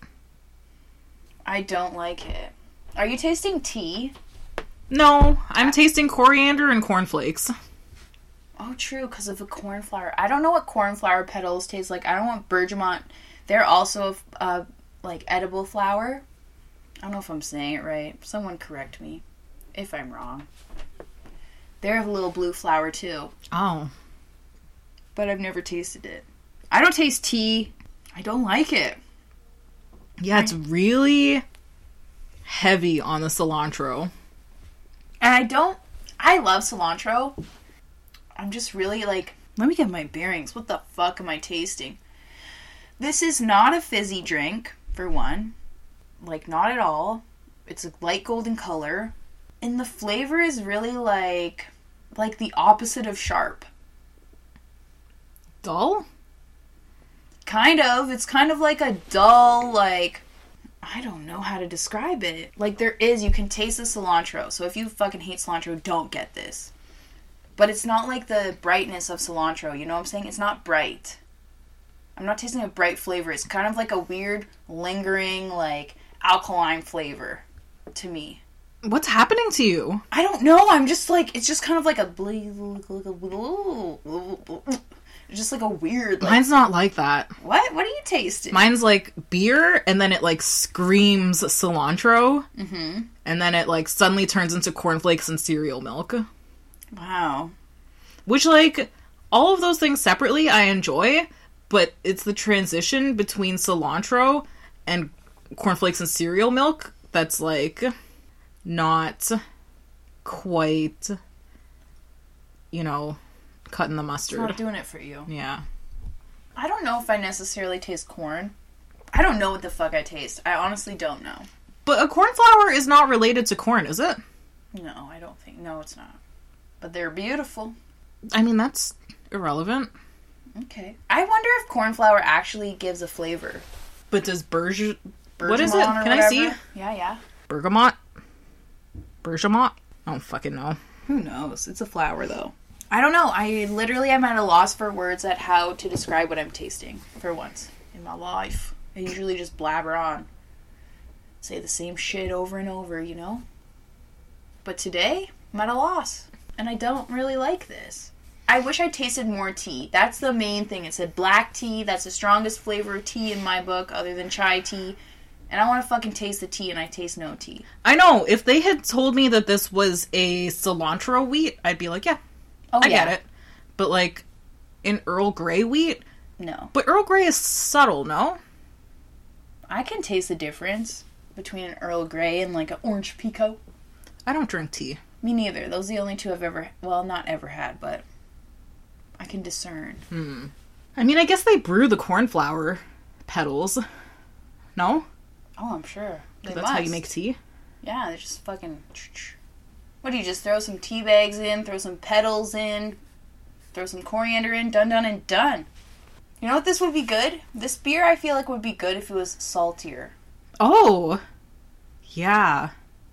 Speaker 3: I don't like it. Are you tasting tea?
Speaker 2: No, I'm tasting coriander and cornflakes.
Speaker 3: Oh, true, because of the cornflower. I don't know what cornflower petals taste like. I don't want bergamot. They're also a, uh, like edible flower. I don't know if I'm saying it right. Someone correct me if I'm wrong. They're a little blue flower too,
Speaker 2: Oh.
Speaker 3: but I've never tasted it. I don't taste tea. I don't like it.
Speaker 2: Yeah, it's really heavy on the cilantro.
Speaker 3: And I don't. I love cilantro. I'm just really like, let me get my bearings. What the fuck am I tasting? This is not a fizzy drink, for one. Like, not at all. It's a light golden color. And the flavor is really like, like the opposite of sharp.
Speaker 2: Dull?
Speaker 3: Kind of. It's kind of like a dull, like, I don't know how to describe it. Like, there is, you can taste the cilantro. So if you fucking hate cilantro, don't get this. But it's not like the brightness of cilantro. You know what I'm saying? It's not bright. I'm not tasting a bright flavor. It's kind of like a weird, lingering, like, alkaline flavor to me.
Speaker 2: What's happening to you?
Speaker 3: I don't know. I'm just like, it's just kind of like a. ble- Just like a weird, like,
Speaker 2: Mine's not like that.
Speaker 3: what? What are you tasting?
Speaker 2: Mine's like beer, and then it like screams cilantro, mm-hmm. and then it like suddenly turns into cornflakes and cereal milk.
Speaker 3: Wow.
Speaker 2: Which, like, all of those things separately I enjoy, but it's the transition between cilantro and cornflakes and cereal milk that's like not quite, you know, cutting the
Speaker 3: not
Speaker 2: mustard.
Speaker 3: doing it for you.
Speaker 2: Yeah.
Speaker 3: I don't know if I necessarily taste corn. I don't know what the fuck I taste. I honestly don't know.
Speaker 2: But a cornflower is not related to corn, is it?
Speaker 3: No, I don't think. No, it's not. But they're beautiful.
Speaker 2: I mean, that's irrelevant.
Speaker 3: Okay. I wonder if cornflower actually gives a flavor.
Speaker 2: But does Berge... What is it?
Speaker 3: Bergamot or
Speaker 2: Can I see?
Speaker 3: whatever. Yeah, yeah.
Speaker 2: Bergamot? Bergamot? I don't fucking know.
Speaker 3: Who knows? It's a flower though. I don't know. I literally am at a loss for words at how to describe what I'm tasting for once in my life. I usually just blabber on. Say the same shit over and over, you know? But today, I'm at a loss. And I don't really like this. I wish I tasted more tea. That's the main thing. It said black tea. That's the strongest flavor of tea in my book, other than chai tea. And I want to fucking taste the tea, and I taste no tea.
Speaker 2: I know. If they had told me that this was a cilantro wheat, I'd be like, yeah,
Speaker 3: Oh,
Speaker 2: I
Speaker 3: yeah.
Speaker 2: get it. But like an Earl Grey wheat,
Speaker 3: No.
Speaker 2: but Earl Grey is subtle, no?
Speaker 3: I can taste the difference between an Earl Grey and like an orange pico.
Speaker 2: I don't drink tea.
Speaker 3: Me neither. Those are the only two I've ever, well, not ever had, but I can discern.
Speaker 2: I mean, I guess they brew the cornflower petals. No?
Speaker 3: Oh, I'm sure. They
Speaker 2: That's how you
Speaker 3: must.
Speaker 2: make tea.
Speaker 3: Yeah, they just fucking. What do you just throw some tea bags in, throw some petals in, throw some coriander in, done, done, and done. You know what this would be good? This beer I feel like would be good if it was saltier.
Speaker 2: Oh. Yeah.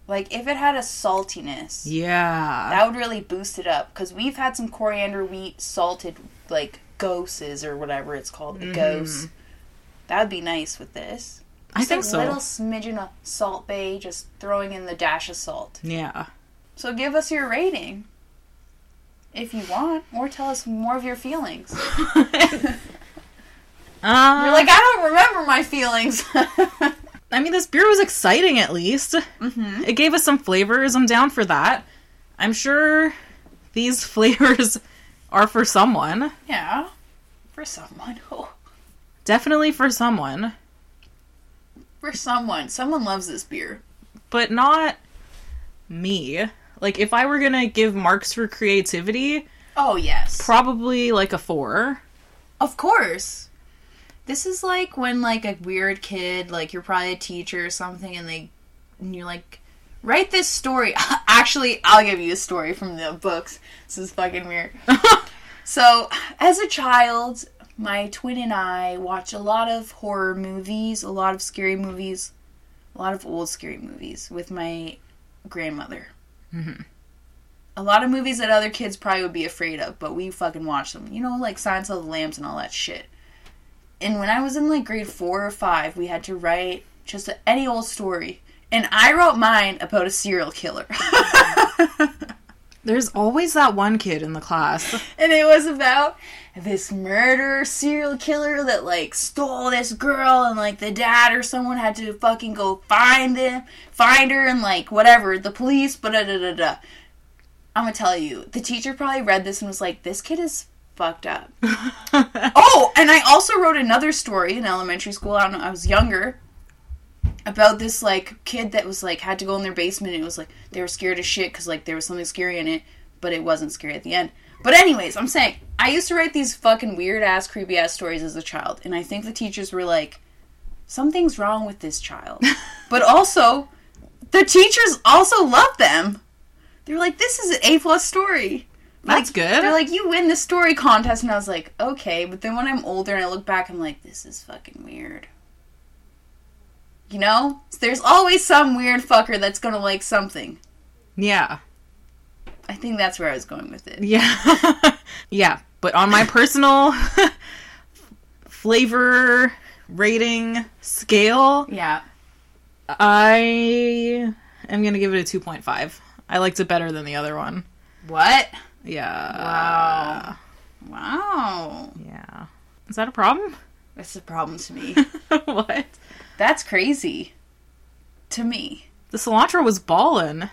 Speaker 3: Like if it had a saltiness.
Speaker 2: Yeah.
Speaker 3: That would really boost it up because we've had some coriander wheat salted like goses or whatever it's called, the gose. That would be nice with this.
Speaker 2: Mm-hmm. I
Speaker 3: Just
Speaker 2: think
Speaker 3: a
Speaker 2: so.
Speaker 3: Little smidgen of salt bay, just throwing in the dash of salt.
Speaker 2: Yeah.
Speaker 3: So give us your rating if you want, or tell us more of your feelings.
Speaker 2: Um,
Speaker 3: You're like, I don't remember my feelings.
Speaker 2: Uh, I mean, this beer was exciting at least. It gave us some flavors. I'm down for that. I'm sure these flavors are for someone.
Speaker 3: yeah. For someone. Oh,
Speaker 2: Definitely for someone,
Speaker 3: for someone. Someone loves this beer.
Speaker 2: but not me. Like if I were gonna give marks for creativity,
Speaker 3: Oh, yes.
Speaker 2: probably like a four.
Speaker 3: Of course. This is like when like a weird kid, like you're probably a teacher or something, and they and you're like, write this story. Actually, I'll give you a story from the books. This is fucking weird. so, as a child, my twin and I watch a lot of horror movies, a lot of scary movies, a lot of old scary movies with my grandmother. A lot of movies that other kids probably would be afraid of, but we fucking watch them. You know, like Silence of the Lambs and all that shit. And when I was in like grade four or five, we had to write just any old story. And I wrote mine about a serial killer.
Speaker 2: There's always that one kid in the class.
Speaker 3: and it was about this murderer serial killer that like stole this girl and like the dad or someone had to fucking go find him find her and like whatever the police but da da da da i'm gonna tell you the teacher probably read this and was like this kid is fucked up oh and i also wrote another story in elementary school i don't know i was younger about this like kid that was like had to go in their basement and it was like they were scared as shit because like there was something scary in it but it wasn't scary at the end but anyways i'm saying i used to write these fucking weird ass creepy ass stories as a child and i think the teachers were like something's wrong with this child but also the teachers also loved them they were like this is an a plus story
Speaker 2: That's
Speaker 3: Like,
Speaker 2: good.
Speaker 3: they're like you win the story contest and i was like okay but then when i'm older and i look back i'm like this is fucking weird you know? There's always some weird fucker that's gonna like something.
Speaker 2: yeah.
Speaker 3: I think that's where I was going with it.
Speaker 2: Yeah. yeah. But on my personal flavor rating scale,
Speaker 3: Yeah.
Speaker 2: I am going to give it a 2.5. I liked it better than the other one.
Speaker 3: What?
Speaker 2: Yeah.
Speaker 3: Wow. Wow.
Speaker 2: Yeah. Is that a problem?
Speaker 3: That's a problem to me.
Speaker 2: what?
Speaker 3: that's crazy. To me.
Speaker 2: The cilantro was ballin'.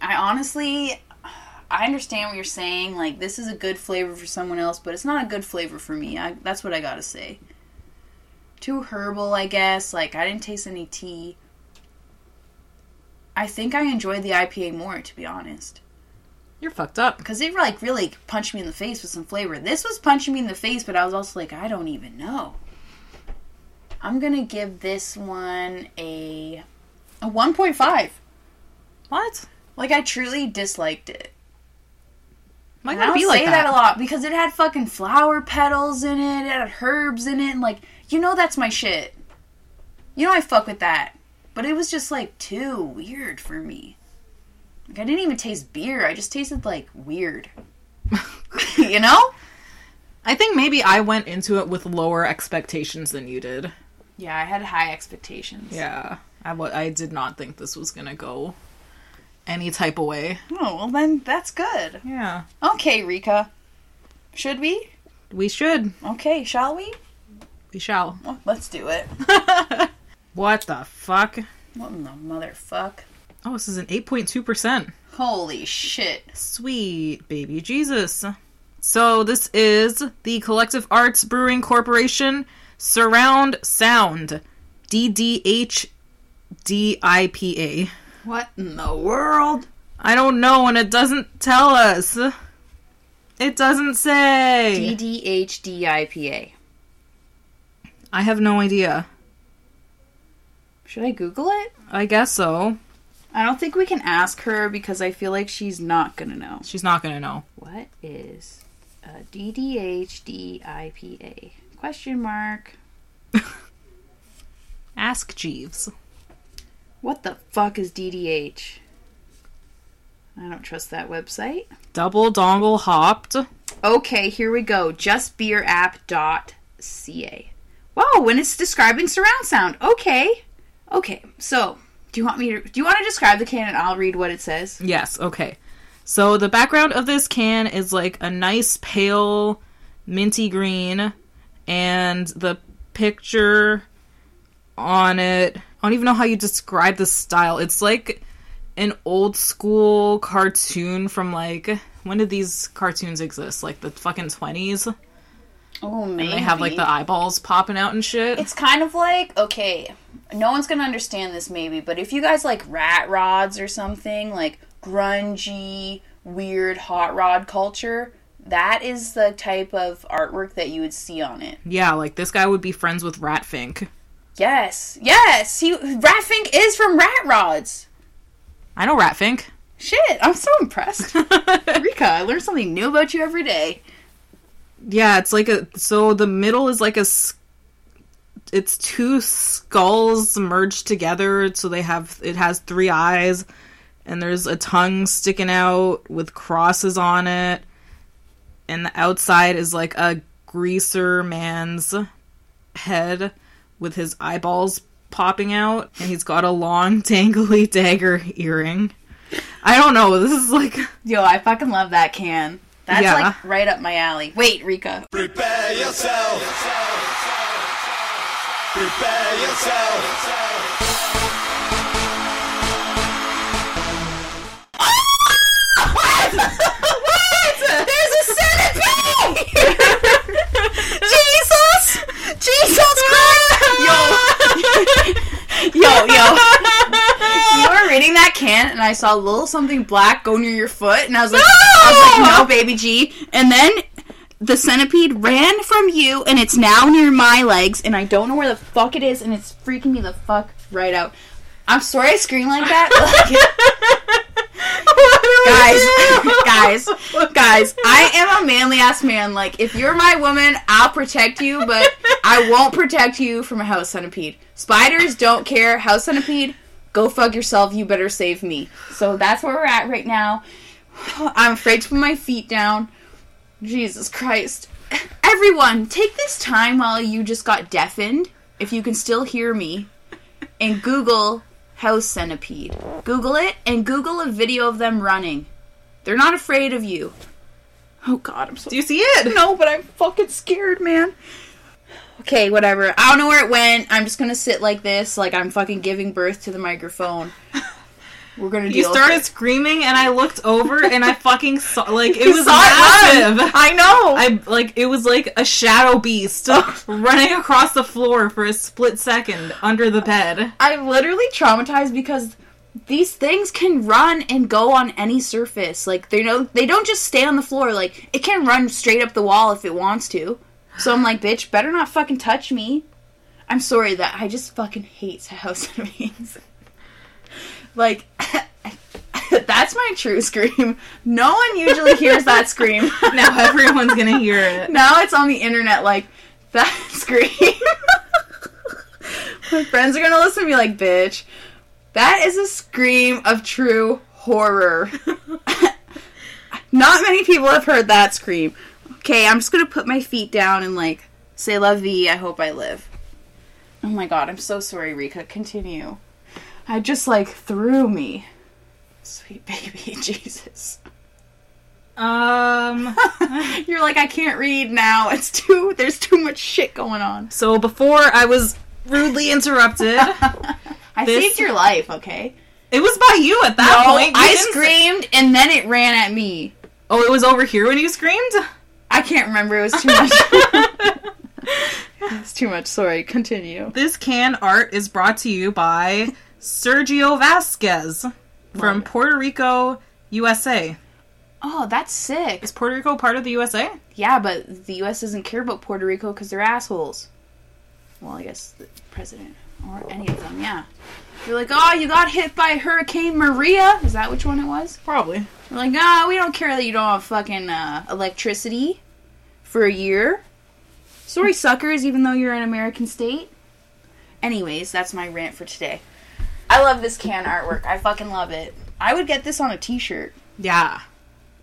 Speaker 3: I honestly I understand what you're saying. Like this is a good flavor for someone else, but it's not a good flavor for me. I, that's what I gotta say. Too herbal, I guess. Like I didn't taste any tea. I think I enjoyed the IPA more, to be honest.
Speaker 2: You're fucked up.
Speaker 3: because it like really punched me in the face with some flavor. This was punching me in the face, but I was also like, I don't even know. I'm gonna give this one a a 1.5.
Speaker 2: What?
Speaker 3: Like I truly disliked it.
Speaker 2: Why
Speaker 3: And I
Speaker 2: gotta
Speaker 3: don't
Speaker 2: be like
Speaker 3: say
Speaker 2: that?
Speaker 3: that. a lot because it had fucking flower petals in it, it had herbs in it, and like you know that's my shit. You know I fuck with that, but it was just like too weird for me. Like I didn't even taste beer. I just tasted like weird. you know?
Speaker 2: I think maybe I went into it with lower expectations than you did.
Speaker 3: Yeah, I had high expectations.
Speaker 2: Yeah. I wa- I did not think this was going to go any type of way.
Speaker 3: Oh, well, then that's good.
Speaker 2: Yeah.
Speaker 3: Okay, Rika. Should we?
Speaker 2: We should.
Speaker 3: Okay, shall we?
Speaker 2: We shall.
Speaker 3: Well, let's do it.
Speaker 2: What the fuck?
Speaker 3: What in the motherfuck?
Speaker 2: Oh, this is an 8.2%.
Speaker 3: Holy shit.
Speaker 2: Sweet baby Jesus. So, this is the Collective Arts Brewing Corporation Surround Sound DDHDIPA.
Speaker 3: What in the world?
Speaker 2: I don't know, and it doesn't tell us. It doesn't say.
Speaker 3: DDHDIPA.
Speaker 2: I have no idea.
Speaker 3: Should I Google it?
Speaker 2: I guess so.
Speaker 3: I don't think we can ask her because I feel like she's not gonna know.
Speaker 2: She's not gonna know.
Speaker 3: What is a DDHDIPA? Question mark.
Speaker 2: Ask Jeeves.
Speaker 3: What the fuck is DDH? I don't trust that website.
Speaker 2: Double dongle hopped.
Speaker 3: Okay, here we go. Justbeerapp.ca. Wow, when it's describing surround sound. Okay. Okay. So, do you want me to do you want to describe the can and I'll read what it says?
Speaker 2: Yes, okay. So the background of this can is like a nice pale minty green, and the picture on it. I don't even know how you describe the style. It's like an old school cartoon from like when did these cartoons exist? Like the fucking 20s?
Speaker 3: Oh, maybe.
Speaker 2: And they have like the eyeballs popping out and shit.
Speaker 3: It's kind of like okay, no one's gonna understand this maybe, but if you guys like rat rods or something like grungy, weird hot rod culture, that is the type of artwork that you would see on it.
Speaker 2: yeah, like this guy would be friends with Ratfink.
Speaker 3: Yes, yes, he Ratfink is from Rat Rods.
Speaker 2: I know Ratfink.
Speaker 3: Shit, I'm so impressed. Rika, I learn something new about you every day.
Speaker 2: yeah, it's like a so the middle is like a s- it's two skulls merged together, so they have it has three eyes and there's a tongue sticking out with crosses on it. And the outside is like a greaser man's head with his eyeballs popping out and he's got a long tangly dagger earring. I don't know. This is like
Speaker 3: Yo, I fucking love that can. That's
Speaker 2: Yeah.
Speaker 3: like right up my alley. Wait, Rika.
Speaker 5: Prepare yourself. Prepare yourself.
Speaker 3: There's a centipede! Jesus! Jesus Christ! Yo! yo, yo. You were reading that can, and I saw a little something black go near your foot, and I was like, I was like, no, baby G. And then the centipede ran from you, and it's now near my legs, and I don't know where the fuck it is, and it's freaking me the fuck right out. I'm sorry I scream like that. but, like, guys, guys, guys, I am a manly ass man. Like, if you're my woman, I'll protect you, but I won't protect you from a house centipede. Spiders don't care. House centipede, go fuck yourself. You better save me. So that's where we're at right now. I'm afraid to put my feet down. Jesus Christ. Everyone, take this time while you just got deafened, if you can still hear me, and Google house centipede. Google it and Google a video of them running. They're not afraid of you. Oh god, I'm so
Speaker 2: Do you see it?
Speaker 3: no, but I'm fucking scared, man. Okay, whatever. I don't know where it went. I'm just gonna sit like this, like I'm fucking giving birth to the microphone. We're gonna
Speaker 2: You
Speaker 3: deal.
Speaker 2: started screaming, and I looked over, and I fucking saw. Like it
Speaker 3: You
Speaker 2: was
Speaker 3: saw it run.
Speaker 2: massive.
Speaker 3: I know.
Speaker 2: I like it was like a shadow beast running across the floor for a split second under the bed.
Speaker 3: I'm literally traumatized because these things can run and go on any surface. Like they know they don't just stay on the floor. Like it can run straight up the wall if it wants to. So I'm like, bitch, better not fucking touch me. I'm sorry that I just fucking hate house enemies. like that's my true scream. No one usually hears that scream.
Speaker 2: Now everyone's gonna hear it.
Speaker 3: Now it's on the internet like that scream. My friends are gonna listen and be like, bitch, that is a scream of true horror. Not many people have heard that scream. Okay, I'm just gonna put my feet down and like say love thee, I hope I live. Oh my god, I'm so sorry, Rika. Continue. I just like threw me. Sweet baby, Jesus.
Speaker 2: Um.
Speaker 3: You're like, I can't read now. It's too, there's too much shit going on.
Speaker 2: So before I was rudely interrupted,
Speaker 3: I
Speaker 2: This-
Speaker 3: saved your life, okay?
Speaker 2: it was by you at that
Speaker 3: No,
Speaker 2: point. You
Speaker 3: I
Speaker 2: didn't-
Speaker 3: screamed and then it ran at me.
Speaker 2: Oh, it was over here when you screamed.
Speaker 3: I can't remember. It was too much. it's too much. Sorry. Continue.
Speaker 2: This can art is brought to you by Sergio Vasquez from Puerto Rico, USA.
Speaker 3: Oh, that's sick.
Speaker 2: Is Puerto Rico part of the USA?
Speaker 3: Yeah, but the U.S. doesn't care about Puerto Rico because they're assholes. Well, I guess the president or any of them. Yeah. You're like, oh, you got hit by Hurricane Maria. Is that which one it was?
Speaker 2: Probably.
Speaker 3: We're like, ah, we don't care that you don't have fucking uh, electricity for a year. Sorry, suckers, even though you're an American state. Anyways, that's my rant for today. I love this can artwork. I fucking love it. I would get this on a t shirt.
Speaker 2: Yeah.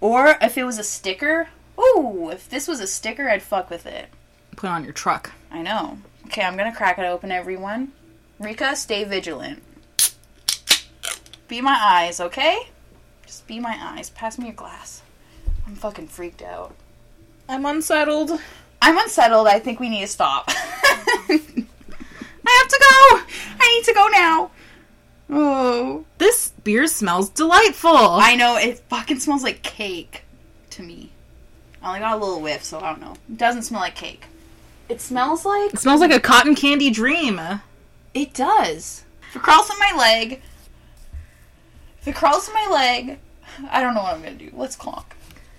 Speaker 3: Or if it was a sticker. Ooh, if this was a sticker, I'd fuck with it.
Speaker 2: Put on your truck.
Speaker 3: I know. Okay, I'm gonna crack it open, everyone. Rika, stay vigilant. Be my eyes, okay? Just be my eyes. Pass me your glass. I'm fucking freaked out.
Speaker 2: I'm unsettled.
Speaker 3: I'm unsettled. I think we need to stop.
Speaker 2: I have to go.
Speaker 3: I need to go now. Oh.
Speaker 2: This beer smells delightful.
Speaker 3: I know, it fucking smells like cake to me. I only got a little whiff, so I don't know. It doesn't smell like cake.
Speaker 1: It smells like
Speaker 2: It smells like a cotton candy dream.
Speaker 3: It does. If it crawls on my leg, if it crawls on my leg, I don't know what I'm gonna do. Let's clonk.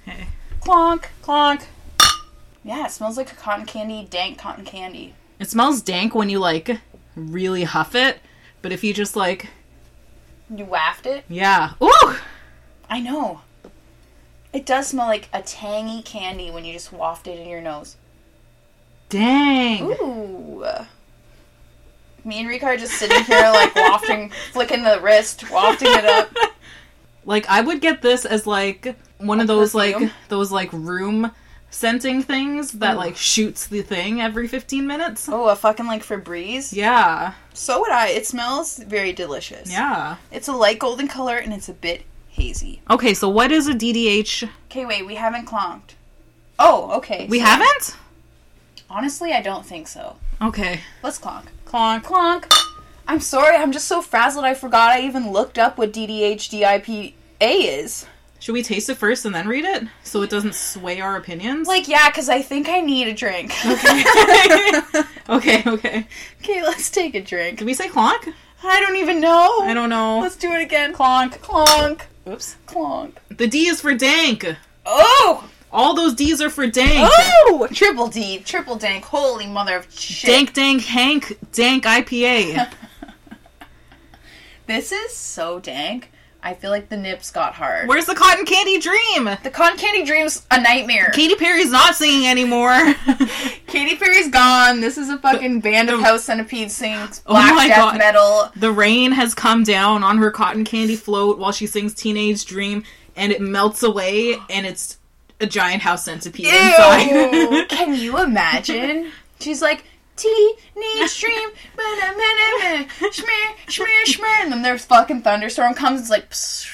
Speaker 2: Hey.
Speaker 3: Clonk.
Speaker 2: Clonk.
Speaker 3: Yeah, it smells like a cotton candy, dank cotton candy.
Speaker 2: It smells dank when you like really huff it, but if you just like,
Speaker 3: You waft it?
Speaker 2: yeah, ooh,
Speaker 3: I know. It does smell like a tangy candy when you just waft it in your nose.
Speaker 2: dang.
Speaker 3: Ooh. Me and Rika are just sitting here like wafting, flicking the wrist, wafting it up.
Speaker 2: Like I would get this as like one of those like
Speaker 3: perfume?
Speaker 2: those like room scenting things that like shoots the thing every 15 minutes.
Speaker 3: Oh, a fucking like Febreze.
Speaker 2: Yeah.
Speaker 3: So would I. It smells very delicious.
Speaker 2: Yeah.
Speaker 3: It's a light golden color and it's a bit hazy.
Speaker 2: Okay, so what is a DDH?
Speaker 3: Okay, wait, we haven't clonked. Oh, okay.
Speaker 2: We
Speaker 3: so-
Speaker 2: haven't?
Speaker 3: Honestly, I don't think so.
Speaker 2: Okay.
Speaker 3: Let's clonk.
Speaker 2: Clonk.
Speaker 3: Clonk. I'm sorry, I'm just so frazzled I forgot I even looked up what DDHDIPA is.
Speaker 2: Should we taste it first and then read it so it doesn't sway our opinions?
Speaker 3: Like, yeah, because I think I need a drink.
Speaker 2: okay, okay.
Speaker 3: okay, let's take a drink.
Speaker 2: Did we say clonk?
Speaker 3: I don't even know.
Speaker 2: I don't know.
Speaker 3: Let's do it again. Clonk. Clonk.
Speaker 2: Oops.
Speaker 3: Clonk.
Speaker 2: The D is for dank.
Speaker 3: Oh!
Speaker 2: All those D's are for dank.
Speaker 3: Oh! Triple D. Triple dank. Holy mother of shit.
Speaker 2: Dank, dank, Hank, dank IPA.
Speaker 3: This is so dank. I feel like the nips got hard.
Speaker 2: Where's the cotton candy dream?
Speaker 3: the cotton candy dream's a nightmare.
Speaker 2: Katy Perry's not singing anymore.
Speaker 3: Katy Perry's gone. This is a fucking band of house centipedes singing black
Speaker 2: Oh my
Speaker 3: death
Speaker 2: God.
Speaker 3: metal.
Speaker 2: the rain has come down on her cotton candy float while she sings Teenage Dream and it melts away and it's a giant house centipede
Speaker 3: Ew!
Speaker 2: inside.
Speaker 3: Can you imagine? She's like, teenage dream, ba-da, ba-da, ba-da, shmear, shmear, shmear. And then there's fucking thunderstorm comes. It's like, pssh,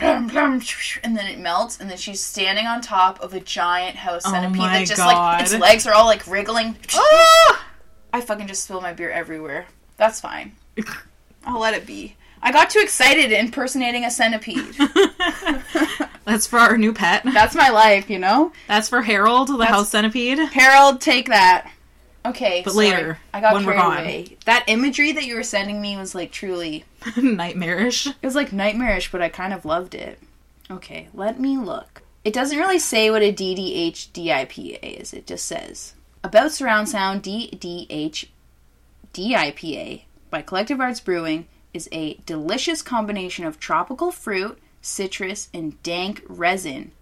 Speaker 3: blum, blum, shh, and then it melts. And then she's standing on top of a giant house
Speaker 2: Oh
Speaker 3: centipede
Speaker 2: my
Speaker 3: that just
Speaker 2: God.
Speaker 3: like its legs are all like wriggling. Ah! I fucking just spilled my beer everywhere. That's fine. I'll let it be. I got too excited impersonating a centipede.
Speaker 2: That's for our new pet.
Speaker 3: That's my life, you know.
Speaker 2: That's for Harold, the house centipede.
Speaker 3: Harold, take that. Okay,
Speaker 2: But
Speaker 3: sorry.
Speaker 2: later,
Speaker 3: I got
Speaker 2: when we're
Speaker 3: carried
Speaker 2: gone.
Speaker 3: away. That imagery that you were sending me was like truly,
Speaker 2: Nightmarish.
Speaker 3: it was like nightmarish, but I kind of loved it. Okay, let me look. It doesn't really say what a DDHDIPA is. It just says about surround sound DDHDIPA by Collective Arts Brewing is a delicious combination of tropical fruit, citrus, and dank resin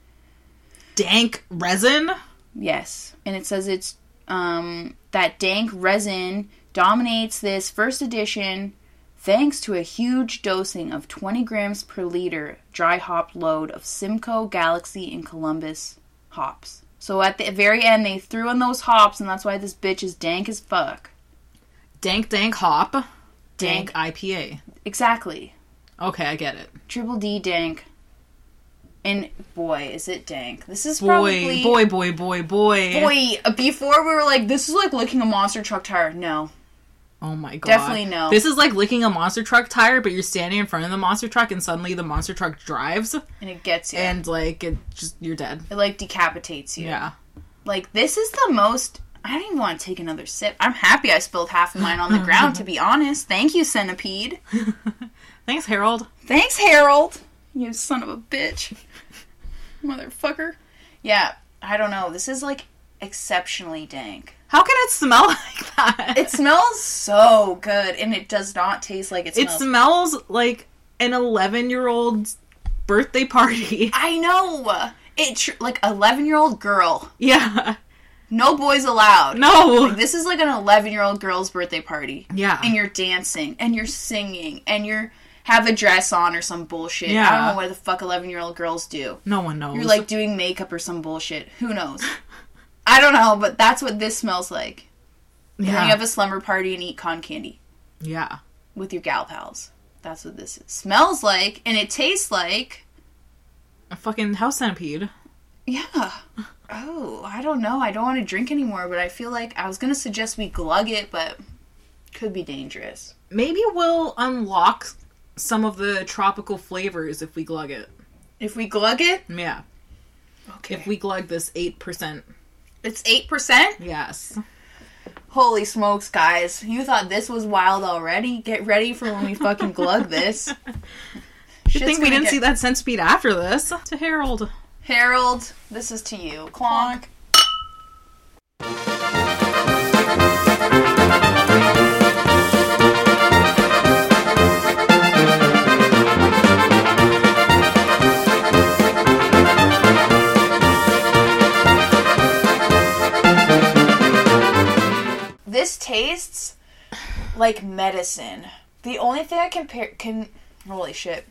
Speaker 2: Dank resin.
Speaker 3: Yes, and it says it's um, that dank resin dominates this first edition thanks to a huge dosing of 20 grams per liter dry hop load of Simcoe, Galaxy, and Columbus hops. So at the very end, they threw in those hops, and that's why this bitch is dank as fuck.
Speaker 2: Dank, dank hop.
Speaker 3: Dank.
Speaker 2: Dank IPA.
Speaker 3: Exactly.
Speaker 2: Okay, I get it.
Speaker 3: Triple D dank. And boy, is it dank. This is
Speaker 2: Boy,
Speaker 3: probably.
Speaker 2: boy, boy, boy, boy.
Speaker 3: Boy, before we were like, this is like licking a monster truck tire. No,
Speaker 2: Oh my god.
Speaker 3: Definitely no.
Speaker 2: This is like licking a monster truck tire, but you're standing in front of the monster truck and suddenly the monster truck drives
Speaker 3: and it gets you.
Speaker 2: and like it just you're dead.
Speaker 3: it like decapitates you.
Speaker 2: Yeah.
Speaker 3: Like this is the most. I don't even want to take another sip. I'm happy I spilled half of mine on the ground. To be honest, thank you, centipede.
Speaker 2: Thanks, Harold.
Speaker 3: Thanks, Harold. You son of a bitch, motherfucker. Yeah, I don't know. This is like exceptionally dank.
Speaker 2: How can it smell like that?
Speaker 3: It smells so good, and it does not taste like it
Speaker 2: it
Speaker 3: smells.
Speaker 2: smells like an 11 year old's birthday party.
Speaker 3: I know. It tr- like eleven year old girl.
Speaker 2: Yeah.
Speaker 3: No boys allowed.
Speaker 2: No.
Speaker 3: This is like an 11 year old girl's birthday party.
Speaker 2: Yeah.
Speaker 3: And you're dancing and you're singing and you're have a dress on or some bullshit. I
Speaker 2: Yeah.
Speaker 3: don't know what the fuck 11 year old girls do.
Speaker 2: No one knows.
Speaker 3: You're like doing makeup or some bullshit. Who knows? I don't know, but that's what this smells like. And then
Speaker 2: yeah.
Speaker 3: you have a slumber party and eat con candy
Speaker 2: yeah.
Speaker 3: with your gal pals. That's what this smells like and it tastes like.
Speaker 2: A fucking house centipede.
Speaker 3: Yeah. Oh, I don't know. I don't want to drink anymore, but I feel like I was going to suggest we glug it, but could be dangerous.
Speaker 2: Maybe we'll unlock some of the tropical flavors if we glug it.
Speaker 3: If we glug it,
Speaker 2: Yeah.
Speaker 3: Okay.
Speaker 2: If we glug this 8%.
Speaker 3: It's 8%? Oh,
Speaker 2: Yes.
Speaker 3: Holy smokes, guys. You thought this was wild already? Get ready for when we fucking glug this.
Speaker 2: Good thing we didn't see that centipede after this. To Harold.
Speaker 3: Harold, this is to you. Clonk. This tastes like medicine. The only thing I compare can holy shit.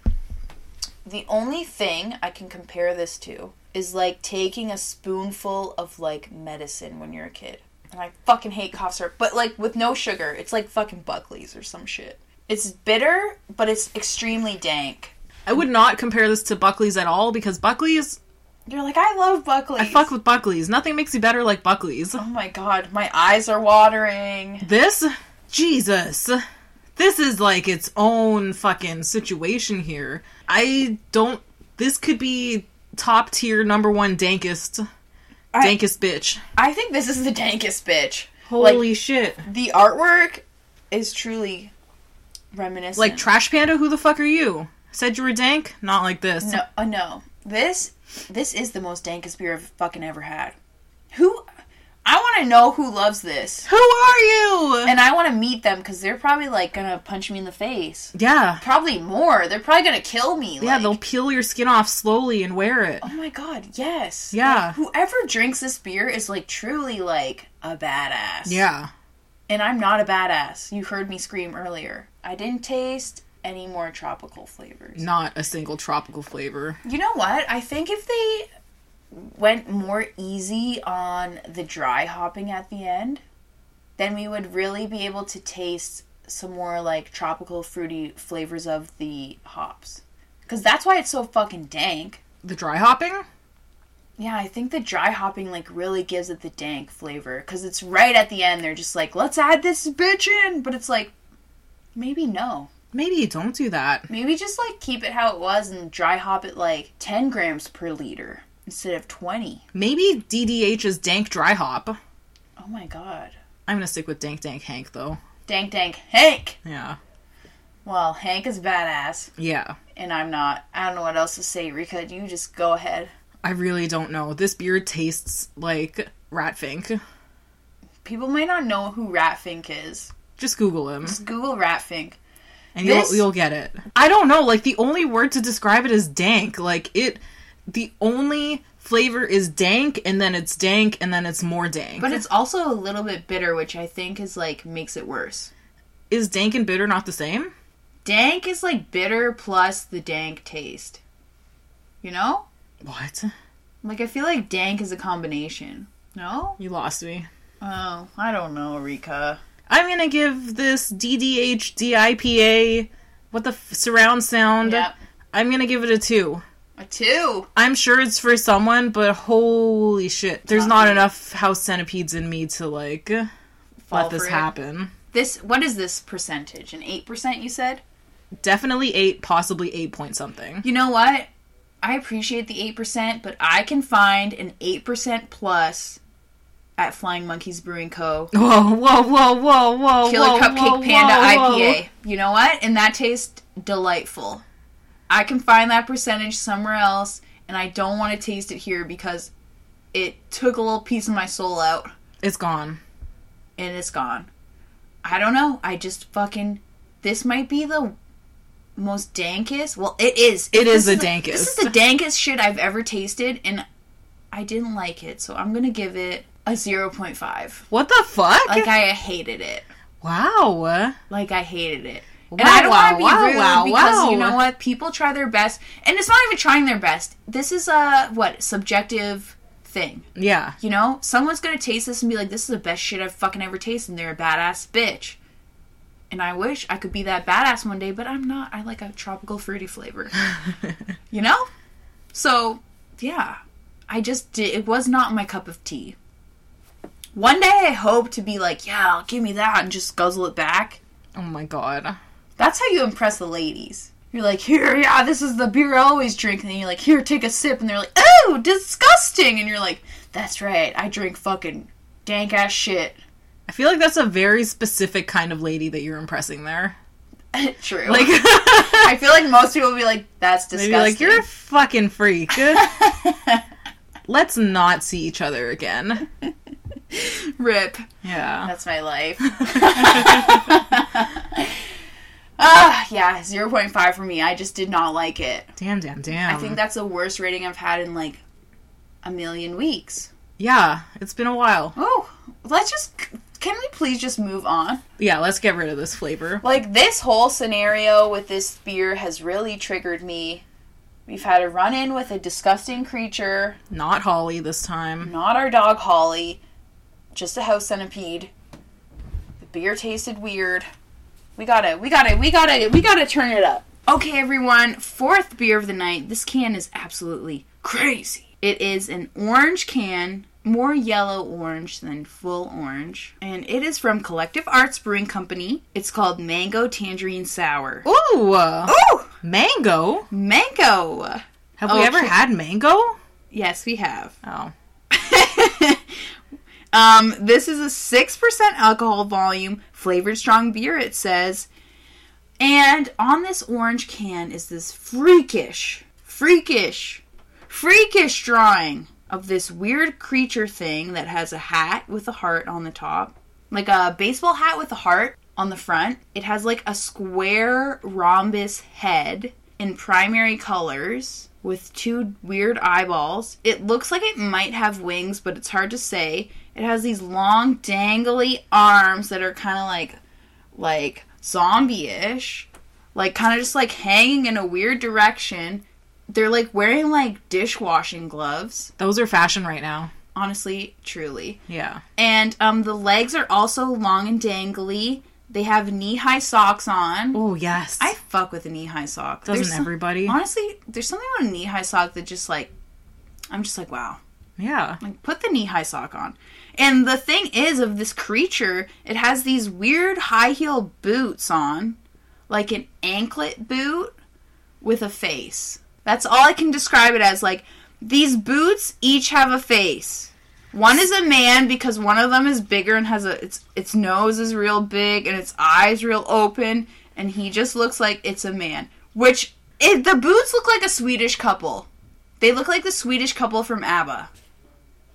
Speaker 3: The only thing I can compare this to is like taking a spoonful of like medicine when you're a kid. And I fucking hate cough syrup, but like with no sugar. It's like fucking Buckley's or some shit. It's bitter, but it's extremely dank.
Speaker 2: I would not compare this to Buckley's at all because Buckley's.
Speaker 3: You're like, I love Buckley's.
Speaker 2: I fuck with Buckley's. Nothing makes you better like Buckley's.
Speaker 3: Oh my god, my eyes are watering.
Speaker 2: This? Jesus. This is like its own fucking situation here. I don't. This could be top tier number one dankest.
Speaker 3: I-
Speaker 2: dankest bitch.
Speaker 3: I think this is the dankest bitch.
Speaker 2: Holy shit.
Speaker 3: The artwork is truly reminiscent.
Speaker 2: Like Trash Panda, who the fuck are you? Said you were dank? Not like this.
Speaker 3: No, uh, no. This this is the most dankest beer I've fucking ever had. Who? I want to know who loves this,
Speaker 2: Who are you?
Speaker 3: and I want to meet them because they're probably like gonna punch me in the face.
Speaker 2: yeah.
Speaker 3: Probably more. They're probably gonna kill me.
Speaker 2: Yeah,
Speaker 3: like-
Speaker 2: they'll peel your skin off slowly and wear it.
Speaker 3: Oh my god! Yes.
Speaker 2: Yeah.
Speaker 3: Like, whoever drinks this beer is like truly like a badass.
Speaker 2: Yeah.
Speaker 3: And I'm not a badass. You heard me scream earlier. I didn't taste any more tropical flavors.
Speaker 2: Not a single tropical flavor.
Speaker 3: You know what? I think if they went more easy on the dry hopping at the end, then we would really be able to taste some more like tropical fruity flavors of the hops. Cuz that's why it's so fucking dank.
Speaker 2: The dry hopping?
Speaker 3: Yeah, I think the dry hopping like really gives it the dank flavor cuz it's right at the end they're just like, "Let's add this bitch in." But it's like maybe no.
Speaker 2: Maybe you don't do that.
Speaker 3: Maybe just like keep it how it was and dry hop it like 10 grams per liter instead of 20.
Speaker 2: Maybe DDH is dank dry hop.
Speaker 3: Oh my god.
Speaker 2: I'm gonna stick with dank dank Hank though.
Speaker 3: Dank Dank Hank!
Speaker 2: Yeah.
Speaker 3: Well, Hank is badass,
Speaker 2: Yeah.
Speaker 3: and I'm not. I don't know what else to say, Rika. You just go ahead.
Speaker 2: I really don't know. This beer tastes like Ratfink.
Speaker 3: People might not know who Ratfink is.
Speaker 2: Just Google him
Speaker 3: Just Google Ratfink.
Speaker 2: and
Speaker 3: This-
Speaker 2: you'll you'll get it. I don't know. Like the only word to describe it is dank. Like it, the only flavor is dank, and then it's dank, and then it's more dank.
Speaker 3: But it's also a little bit bitter, which I think is like makes it worse.
Speaker 2: is dank and bitter not the same?
Speaker 3: Dank is like bitter plus the dank taste. You know?
Speaker 2: What?
Speaker 3: Like I feel like dank is a combination. No?
Speaker 2: You lost me.
Speaker 3: Oh, I don't know, Rika.
Speaker 2: I'm gonna give this DDH DIPA what the f- surround sound.
Speaker 3: Yep.
Speaker 2: I'm gonna give it a two.
Speaker 3: A two.
Speaker 2: I'm sure it's for someone, but holy shit, there's
Speaker 3: Not
Speaker 2: not,
Speaker 3: me.
Speaker 2: enough house centipedes in me to like
Speaker 3: Fall
Speaker 2: let this
Speaker 3: for it.
Speaker 2: happen.
Speaker 3: This what is this percentage? An eight percent you said?
Speaker 2: Definitely eight, possibly eight point something.
Speaker 3: You know what? I appreciate the 8%, but I can find an 8% plus at Flying Monkeys Brewing Co.
Speaker 2: Whoa, whoa, whoa, whoa, whoa,
Speaker 3: Killer
Speaker 2: whoa,
Speaker 3: Cupcake
Speaker 2: whoa,
Speaker 3: Panda
Speaker 2: whoa, whoa.
Speaker 3: IPA. You know what? And that tastes delightful. I can find that percentage somewhere else, and I don't want to taste it here because it took a little piece of my soul out
Speaker 2: It's gone.
Speaker 3: and it's gone. I don't know. I just fucking. This might be the most dankest. Well, it is.
Speaker 2: It is
Speaker 3: This
Speaker 2: the dankest.
Speaker 3: This is the dankest shit I've ever tasted, and I didn't like it, so I'm gonna give it a zero point five.
Speaker 2: What the fuck?
Speaker 3: Like I hated it.
Speaker 2: wow.
Speaker 3: Like I hated it. And
Speaker 2: Wow,
Speaker 3: I don't want to be
Speaker 2: wow, wow,
Speaker 3: rude
Speaker 2: wow,
Speaker 3: because
Speaker 2: wow.
Speaker 3: you know what? People try their best, and it's not even trying their best. This is a what subjective thing.
Speaker 2: Yeah.
Speaker 3: You know, someone's gonna taste this and be like, "This is the best shit I've fucking ever tasted." And they're a badass bitch. And I wish I could be that badass one day, but I'm not. I like a tropical fruity flavor. you know, so yeah, I just did, it was not my cup of tea. One day I hope to be like, "Yeah, give me that," and just guzzle it back.
Speaker 2: Oh my god.
Speaker 3: That's how you impress the ladies. You're like, "Here, yeah, this is the beer I always drink," and then you're like, "Here, take a sip," and they're like, "Oh, ew, disgusting. And you're like, that's right, I drink fucking dank ass shit.
Speaker 2: I feel like that's a very specific kind of lady that you're impressing there.
Speaker 3: True.
Speaker 2: Like,
Speaker 3: Like, I feel like most people would be like, that's
Speaker 2: maybe
Speaker 3: disgusting.
Speaker 2: like you're a fucking freak. Let's not see each other again.
Speaker 3: rip.
Speaker 2: Yeah.
Speaker 3: That's my life. Ah, yeah, 0.5 for me. I just did not like it.
Speaker 2: Damn, damn, damn.
Speaker 3: I think that's the worst rating I've had in like a million weeks.
Speaker 2: Yeah, it's been a while.
Speaker 3: Oh, let's just. Can we please just move on?
Speaker 2: Yeah, let's get rid of this flavor.
Speaker 3: Like, this whole scenario with this beer has really triggered me. We've had a run in with a disgusting creature,
Speaker 2: Not Holly this time.
Speaker 3: not our dog Holly, just a house centipede. The beer tasted weird. We gotta, we gotta, we gotta, we gotta turn it up. Okay, everyone, fourth beer of the night. This can is absolutely crazy. It is an orange can, more yellow orange than full orange, and it is from Collective Arts Brewing Company. It's called Mango Tangerine Sour.
Speaker 2: Ooh, uh,
Speaker 3: Ooh,
Speaker 2: mango.
Speaker 3: mango!
Speaker 2: Have we ever
Speaker 3: Okay.
Speaker 2: had mango?
Speaker 3: Yes, we have.
Speaker 2: Oh,
Speaker 3: Um, this is a 6% alcohol volume, flavored strong beer, it says. And on this orange can is this freakish, freakish, freakish drawing of this weird creature thing that has a hat with a heart on the top. Like a baseball hat with a heart on the front. It has like a square rhombus head in primary colors with two weird eyeballs. It looks like it might have wings, but it's hard to say. It has these long dangly arms that are kind of like like zombie-ish, like kind of just like hanging in a weird direction. They're like wearing like dishwashing gloves,
Speaker 2: those are fashion right now.
Speaker 3: honestly, truly.
Speaker 2: Yeah.
Speaker 3: And um the legs are also long and dangly. They have knee-high socks on.
Speaker 2: Oh yes.
Speaker 3: I fuck with a knee-high sock.
Speaker 2: Doesn't
Speaker 3: There's some-
Speaker 2: everybody?
Speaker 3: Honestly, there's something about a knee-high sock that just like I'm just like, wow.
Speaker 2: yeah.
Speaker 3: Like put the knee high sock on. And the thing is of this creature, it has these weird high heel boots on, like an anklet boot with a face. That's all I can describe it as. Like these boots each have a face. One is a man because one of them is bigger and has a its its nose is real big and its eyes real open and he just looks like it's a man. Which it, the boots look like a Swedish couple. They look like the Swedish couple from ABBA.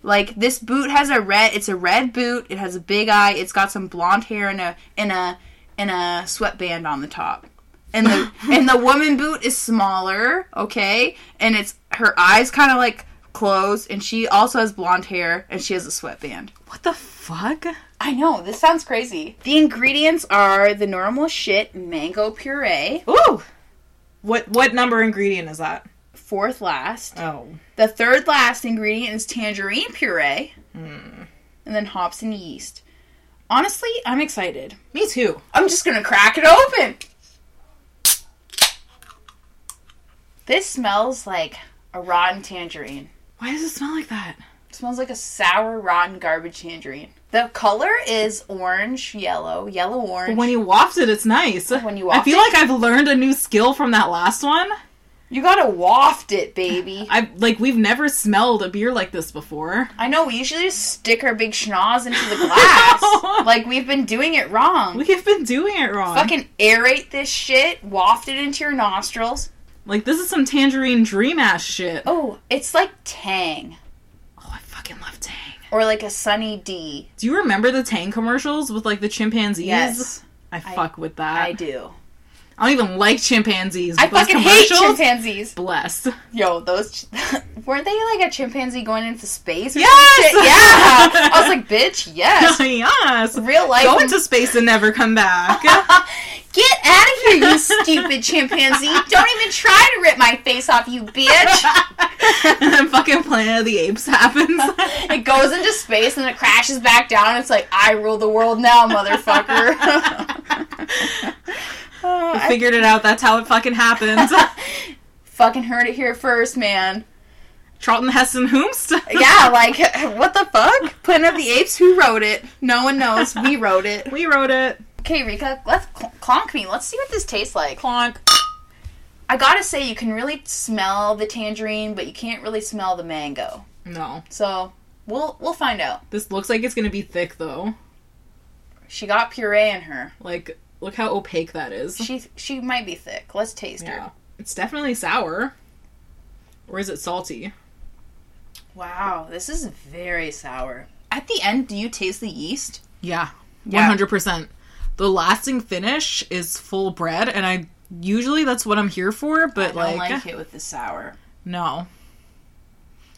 Speaker 3: Like this boot has a red. It's a red boot. It has a big eye. It's got some blonde hair and a and a and a sweatband on the top. And the and the woman boot is smaller. Okay, and it's her eyes kind of like closed, and she also has blonde hair and she has a sweatband.
Speaker 2: What the fuck?
Speaker 3: I know this sounds crazy. The ingredients are the normal shit: mango puree,
Speaker 2: Ooh. What what number ingredient is that?
Speaker 3: fourth last.
Speaker 2: Oh.
Speaker 3: The third last ingredient is tangerine puree, and then hops and yeast. Honestly, I'm excited.
Speaker 2: Me too.
Speaker 3: I'm just gonna crack it open. This smells like a rotten tangerine.
Speaker 2: Why does it smell like that?
Speaker 3: It smells like a sour, rotten garbage tangerine. The color is orange, yellow, yellow orange.
Speaker 2: But when you waft it, it's nice.
Speaker 3: when you
Speaker 2: I
Speaker 3: waft
Speaker 2: feel
Speaker 3: it?
Speaker 2: like I've learned a new skill from that last one.
Speaker 3: you gotta waft it, baby.
Speaker 2: I like we've never smelled a beer like this before.
Speaker 3: I know we usually just stick our big schnoz into the glass. like we've been doing it wrong.
Speaker 2: We have been doing it wrong.
Speaker 3: fucking aerate this shit, waft it into your nostrils.
Speaker 2: Like this is some tangerine dream ass shit. Oh,
Speaker 3: Oh, it's like Tang
Speaker 2: I fucking love Tang.
Speaker 3: or like a Sunny D.
Speaker 2: Do you remember the Tang commercials with like the chimpanzees?
Speaker 3: Yes.
Speaker 2: I fuck with that.
Speaker 3: I
Speaker 2: I,
Speaker 3: do.
Speaker 2: don't even like chimpanzees.
Speaker 3: I
Speaker 2: but those
Speaker 3: fucking hate
Speaker 2: commercials-
Speaker 3: chimpanzees.
Speaker 2: Blessed.
Speaker 3: Yo, those ch- weren't they like a chimpanzee going into space? Or
Speaker 2: Yes!
Speaker 3: some shit? yeah. I was like, bitch, yes.
Speaker 2: yes.
Speaker 3: Real life.
Speaker 2: Go into space and never come back.
Speaker 3: Get out of here, you stupid chimpanzee! Don't even try to rip my face off, you bitch.
Speaker 2: and then fucking Planet of the Apes happens.
Speaker 3: It goes into space and it crashes back down. It's like I rule the world now, motherfucker. Oh, I
Speaker 2: Figured it out. That's how it fucking happens.
Speaker 3: fucking heard it here first, man.
Speaker 2: Charlton Heston Hoomst.
Speaker 3: Yeah, like what the fuck? Planet of the Apes. Who wrote it? No one knows. We wrote it.
Speaker 2: We wrote it.
Speaker 3: Okay, Rika, let's cl- clonk me. Let's see what this tastes like.
Speaker 2: Clonk.
Speaker 3: I gotta say, you can really smell the tangerine, but you can't really smell the mango.
Speaker 2: No.
Speaker 3: So we'll we'll find out.
Speaker 2: This looks like it's gonna be thick though.
Speaker 3: She got puree in her.
Speaker 2: Like, look how opaque that is.
Speaker 3: She she might be thick. Let's taste
Speaker 2: yeah.
Speaker 3: her.
Speaker 2: It's definitely sour. Or is it salty?
Speaker 3: Wow, this is very sour. At the end, do you taste the yeast?
Speaker 2: Yeah.
Speaker 3: Yeah.
Speaker 2: 100%. The lasting finish is full bread, and I usually that's what I'm here for, but
Speaker 3: I don't
Speaker 2: like,
Speaker 3: like it with the sour.
Speaker 2: no.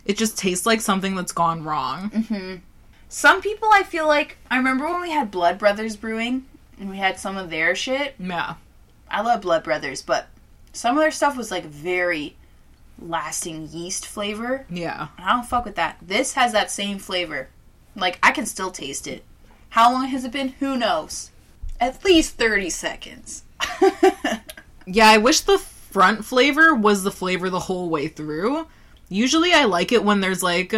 Speaker 2: It just tastes like something that's gone wrong.
Speaker 3: Some people, I feel like I remember when we had Blood Brothers Brewing and we had some of their shit.
Speaker 2: Yeah.
Speaker 3: I love Blood Brothers, but some of their stuff was like very lasting yeast flavor.
Speaker 2: Yeah.
Speaker 3: And I don't fuck with that. This has that same flavor. Like I can still taste it. How long has it been? Who knows? At least thirty seconds.
Speaker 2: Yeah, I wish the front flavor was the flavor the whole way through. Usually I like it when there's like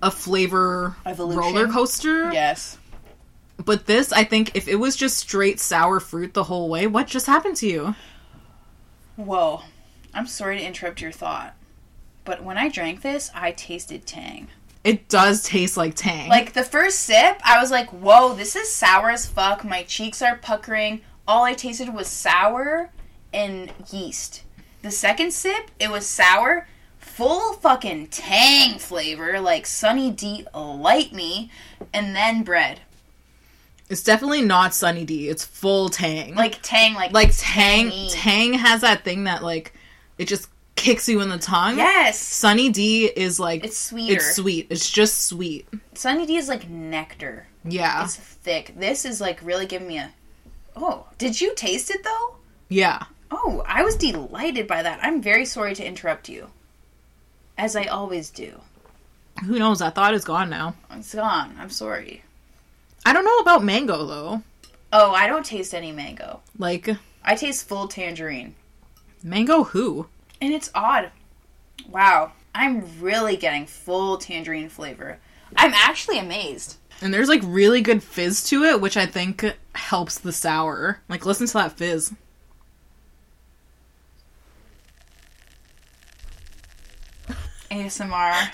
Speaker 2: a flavor
Speaker 3: Evolution.
Speaker 2: roller coaster.
Speaker 3: yes.
Speaker 2: But this, I think, if it was just straight sour fruit the whole way, what just happened to you?
Speaker 3: Whoa. I'm sorry to interrupt your thought, but when I drank this, I tasted tang.
Speaker 2: It does taste like tang.
Speaker 3: Like the first sip, I was like, "Whoa, this is sour as fuck." My cheeks are puckering. All I tasted was sour and yeast. The second sip, it was sour, full fucking tang flavor, like Sunny D light me, and then bread,
Speaker 2: it's definitely not Sunny D. It's full tang.
Speaker 3: like tang, like
Speaker 2: like tang.
Speaker 3: tangy.
Speaker 2: Tang has that thing that like it just kicks you in the tongue.
Speaker 3: yes.
Speaker 2: Sunny D is like
Speaker 3: It's sweeter.
Speaker 2: It's sweet. It's just sweet.
Speaker 3: Sunny D is like nectar.
Speaker 2: Yeah.
Speaker 3: It's thick. This is like really giving me a. Oh, did you taste it though?
Speaker 2: yeah.
Speaker 3: Oh, I was delighted by that. I'm very sorry to interrupt you. As I always do.
Speaker 2: Who knows? That thought is gone now.
Speaker 3: It's gone. I'm sorry.
Speaker 2: I don't know about mango though.
Speaker 3: Oh, I don't taste any mango.
Speaker 2: Like
Speaker 3: I taste full tangerine.
Speaker 2: mango who?
Speaker 3: And it's odd. Wow. I'm really getting full tangerine flavor. I'm actually amazed.
Speaker 2: And there's like really good fizz to it, which I think helps the sour. Like listen to that fizz.
Speaker 3: ASMR.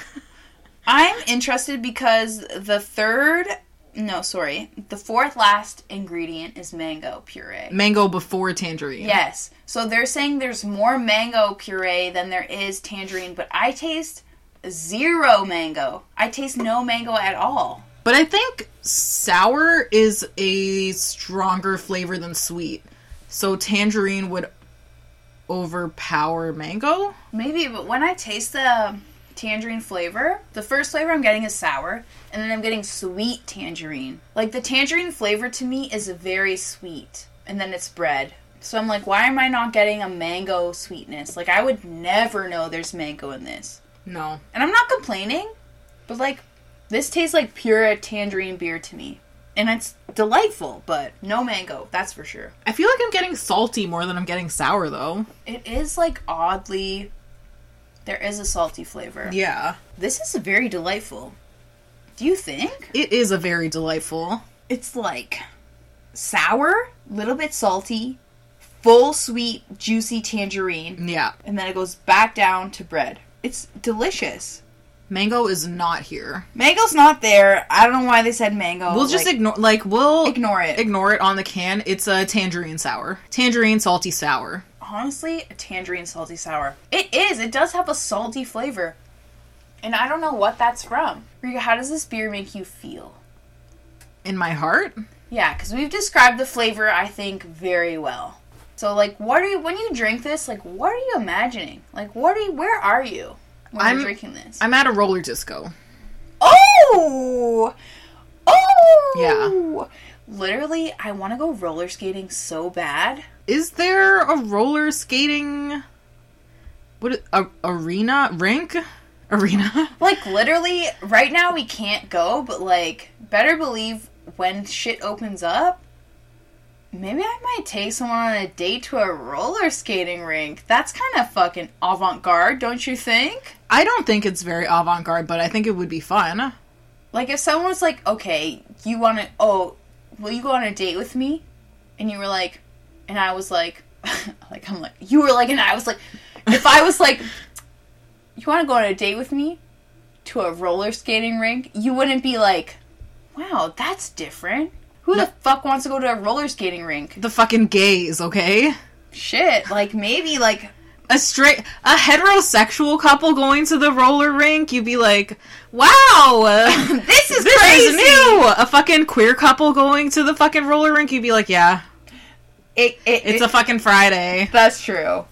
Speaker 3: I'm interested because the third, no, sorry, the fourth last ingredient is mango puree.
Speaker 2: Mango before tangerine.
Speaker 3: Yes. So they're saying there's more mango puree than there is tangerine, but I taste zero mango. I taste no mango at all.
Speaker 2: But I think sour is a stronger flavor than sweet. So tangerine would overpower mango.
Speaker 3: Maybe, but when I taste the tangerine flavor, the first flavor I'm getting is sour, and then I'm getting sweet tangerine. Like the tangerine flavor to me is very sweet, and then it's bread. So I'm like, why am I not getting a mango sweetness? Like I would never know there's mango in this.
Speaker 2: No.
Speaker 3: And I'm not complaining, but like this tastes like pure tangerine beer to me. And it's delightful, but no mango, that's for sure.
Speaker 2: I feel like I'm getting salty more than I'm getting sour though.
Speaker 3: It is like oddly there is a salty flavor.
Speaker 2: Yeah.
Speaker 3: This is very delightful. Do you think?
Speaker 2: It is a very delightful.
Speaker 3: It's like sour, little bit salty, full sweet, juicy tangerine,
Speaker 2: Yeah.
Speaker 3: and then it goes back down to bread. It's delicious.
Speaker 2: Mango is not here.
Speaker 3: Mango's not there. I don't know why they said mango.
Speaker 2: We'll just
Speaker 3: Oh, like,
Speaker 2: ignore like we'll
Speaker 3: ignore it.
Speaker 2: ignore it on the can. It's a tangerine sour. Tangerine salty sour.
Speaker 3: honestly a tangerine salty sour. It is. It does have a salty flavor, and I don't know what that's from. Rika, how does this beer make you feel?
Speaker 2: In my heart?
Speaker 3: Yeah, because we've described the flavor, I think, very well. So, like, what are you when you drink this? Like, what are you imagining? Like, what are you? Where are you when
Speaker 2: I'm-
Speaker 3: you're drinking this?
Speaker 2: I'm at a roller disco.
Speaker 3: oh,
Speaker 2: Yeah.
Speaker 3: oh, Literally, I want to go roller skating so bad.
Speaker 2: Is there a roller skating what a, arena rink? Arena?
Speaker 3: Like literally, right now we can't go, but like, better believe when shit opens up, maybe I might take someone on a date to a roller skating rink. That's kind of fucking avant garde, don't you think?
Speaker 2: I don't think it's very avant-garde, but I think it would be fun.
Speaker 3: Like, if someone was like, okay, you want to, oh, will you go on a date with me? And you were like, and I was like, like, I'm like, you were like, and I was like, if I was like, you want to go on a date with me to a roller skating rink, you wouldn't be like, wow, that's different. Who the fuck wants to go to a roller skating rink?
Speaker 2: The fucking gays, okay?
Speaker 3: Shit, like maybe like
Speaker 2: A straight, a heterosexual couple going to the roller rink, you'd be like, wow, uh,
Speaker 3: this is
Speaker 2: this
Speaker 3: crazy.
Speaker 2: is new. A fucking queer couple going to the fucking roller rink, you'd be like, yeah,
Speaker 3: It, it,
Speaker 2: it's a fucking Friday.
Speaker 3: that's true.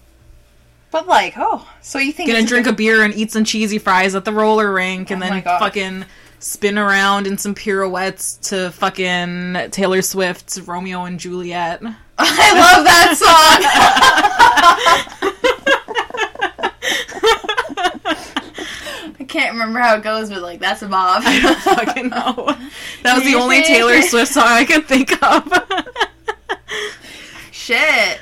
Speaker 3: But like, oh, so you think
Speaker 2: Gonna
Speaker 3: it's a
Speaker 2: drink a beer and eat some cheesy fries at the roller rink and
Speaker 3: Oh my
Speaker 2: then
Speaker 3: God.
Speaker 2: fucking spin around in some pirouettes to fucking Taylor Swift's Romeo and Juliet.
Speaker 3: I love that song. I can't remember how it goes, but like that's a bob.
Speaker 2: I don't fucking know. That was the only Taylor Swift song I could think of.
Speaker 3: Shit.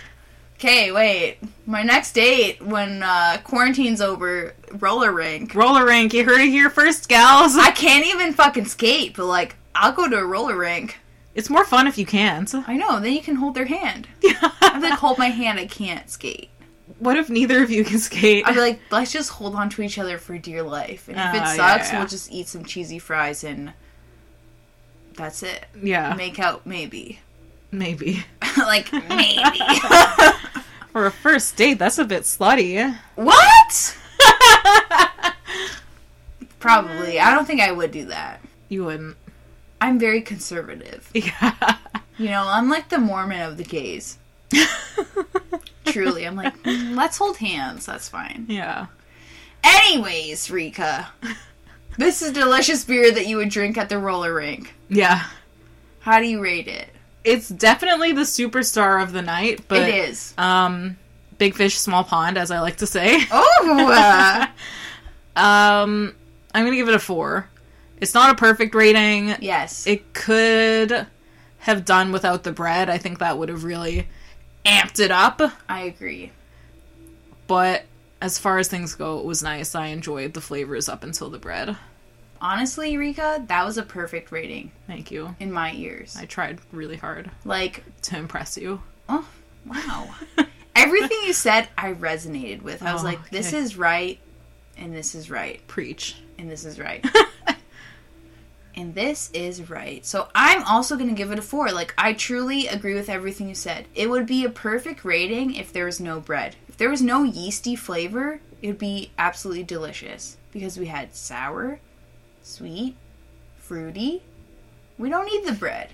Speaker 3: Okay, wait. My next date when uh, quarantine's over, roller rink.
Speaker 2: Roller rink, you heard it here first, gals.
Speaker 3: I can't even fucking skate, but like I'll go to a roller rink.
Speaker 2: It's more fun if you can't.
Speaker 3: I know. Then you can hold their hand. If they hold my hand, I can't skate.
Speaker 2: what if neither of you can skate?
Speaker 3: I'd be like, let's just hold on to each other for dear life, and if
Speaker 2: Ah,
Speaker 3: it
Speaker 2: yeah,
Speaker 3: sucks,
Speaker 2: yeah.
Speaker 3: we'll just eat some cheesy fries and that's it.
Speaker 2: yeah,
Speaker 3: Make out, maybe.
Speaker 2: maybe.
Speaker 3: like maybe.
Speaker 2: For a first date, that's a bit slutty.
Speaker 3: what? Probably. I don't think I would do that.
Speaker 2: You wouldn't.
Speaker 3: I'm very conservative.
Speaker 2: Yeah.
Speaker 3: You know, I'm like the Mormon of the gays. Truly, I'm like, "Mm, let's hold hands. That's fine.
Speaker 2: yeah.
Speaker 3: Anyways, Rika, this is delicious beer that you would drink at the roller rink.
Speaker 2: Yeah.
Speaker 3: How do you rate it?
Speaker 2: It's definitely the superstar of the night, but
Speaker 3: it is.
Speaker 2: um big fish small pond as I like to say.
Speaker 3: Oh, uh,
Speaker 2: Um I'm going to give it a 4. It's not a perfect rating.
Speaker 3: yes.
Speaker 2: it could have done without the bread. I think that would have really amped it up.
Speaker 3: I agree.
Speaker 2: But as far as things go, it was nice. I enjoyed the flavors up until the bread.
Speaker 3: Honestly, Rika, that was a perfect rating
Speaker 2: Thank you.
Speaker 3: in my ears.
Speaker 2: I tried really hard
Speaker 3: Like,
Speaker 2: to impress you.
Speaker 3: oh, wow. Everything you said, I resonated with. I was
Speaker 2: Oh,
Speaker 3: like, this
Speaker 2: okay.
Speaker 3: is right, and this is right,
Speaker 2: Preach.
Speaker 3: and this is right. and this is right. So I'm also going to give it a four. Like, I truly agree with everything you said. It would be a perfect rating if there was no bread. If there was no yeasty flavor, it would be absolutely delicious because we had sour, sweet, fruity. We don't need the bread.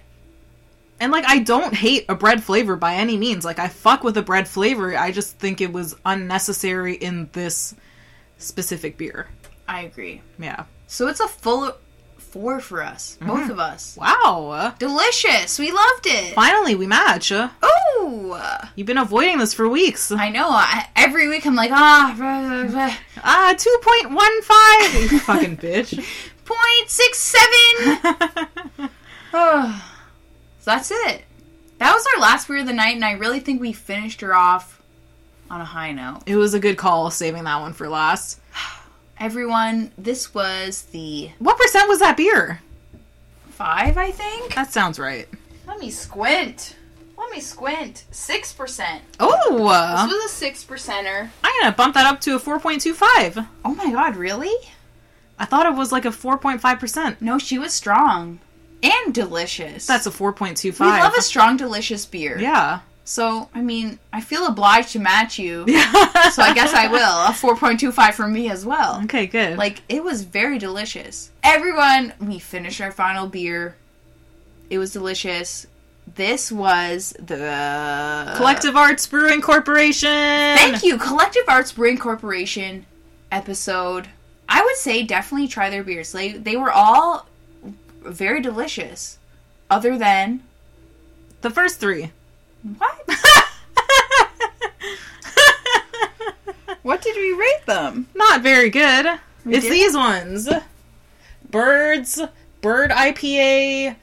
Speaker 2: And like I don't hate a bread flavor by any means. Like I fuck with a bread flavor. I just think it was unnecessary in this specific beer.
Speaker 3: I agree.
Speaker 2: Yeah.
Speaker 3: So it's a full four for us, both of us.
Speaker 2: Wow.
Speaker 3: Delicious. We loved it.
Speaker 2: Finally we match.
Speaker 3: Ooh.
Speaker 2: You've been avoiding this for weeks.
Speaker 3: I know. I, every week I'm like, ah, blah, blah, blah.
Speaker 2: Ah, 2.15. You fucking bitch.
Speaker 3: point six seven. so that's it. That was our last beer of the night, and I really think we finished her off on a high note.
Speaker 2: it was a good call saving that one for last.
Speaker 3: Everyone, this was the
Speaker 2: What percent was that beer?
Speaker 3: five, I think.
Speaker 2: That sounds right.
Speaker 1: Let me squint. Let me squint. Six percent.
Speaker 2: Oh, uh,
Speaker 1: This was a six percenter.
Speaker 2: I'm gonna bump that up to a 4.25.
Speaker 3: Oh my god, really?
Speaker 2: I thought it was like a 4.5%.
Speaker 3: No, she was strong and delicious.
Speaker 2: That's a 4.25.
Speaker 3: we love a strong, delicious beer.
Speaker 2: yeah.
Speaker 3: So, I mean, I feel obliged to match you.
Speaker 2: Yeah.
Speaker 3: So I guess I will. A 4.25 from me as well.
Speaker 2: Okay, good.
Speaker 3: Like, it was very delicious. Everyone, we finished our final beer. It was delicious. This was the.
Speaker 2: Collective Arts Brewing Corporation.
Speaker 3: uh, Thank you, Collective Arts Brewing Corporation episode. I would say definitely try their beers. They, they were all very delicious. Other than.
Speaker 2: The first three.
Speaker 3: What? what did we rate them?
Speaker 2: Not very good. it's
Speaker 3: did-
Speaker 2: these ones. Birds, Bird IPA,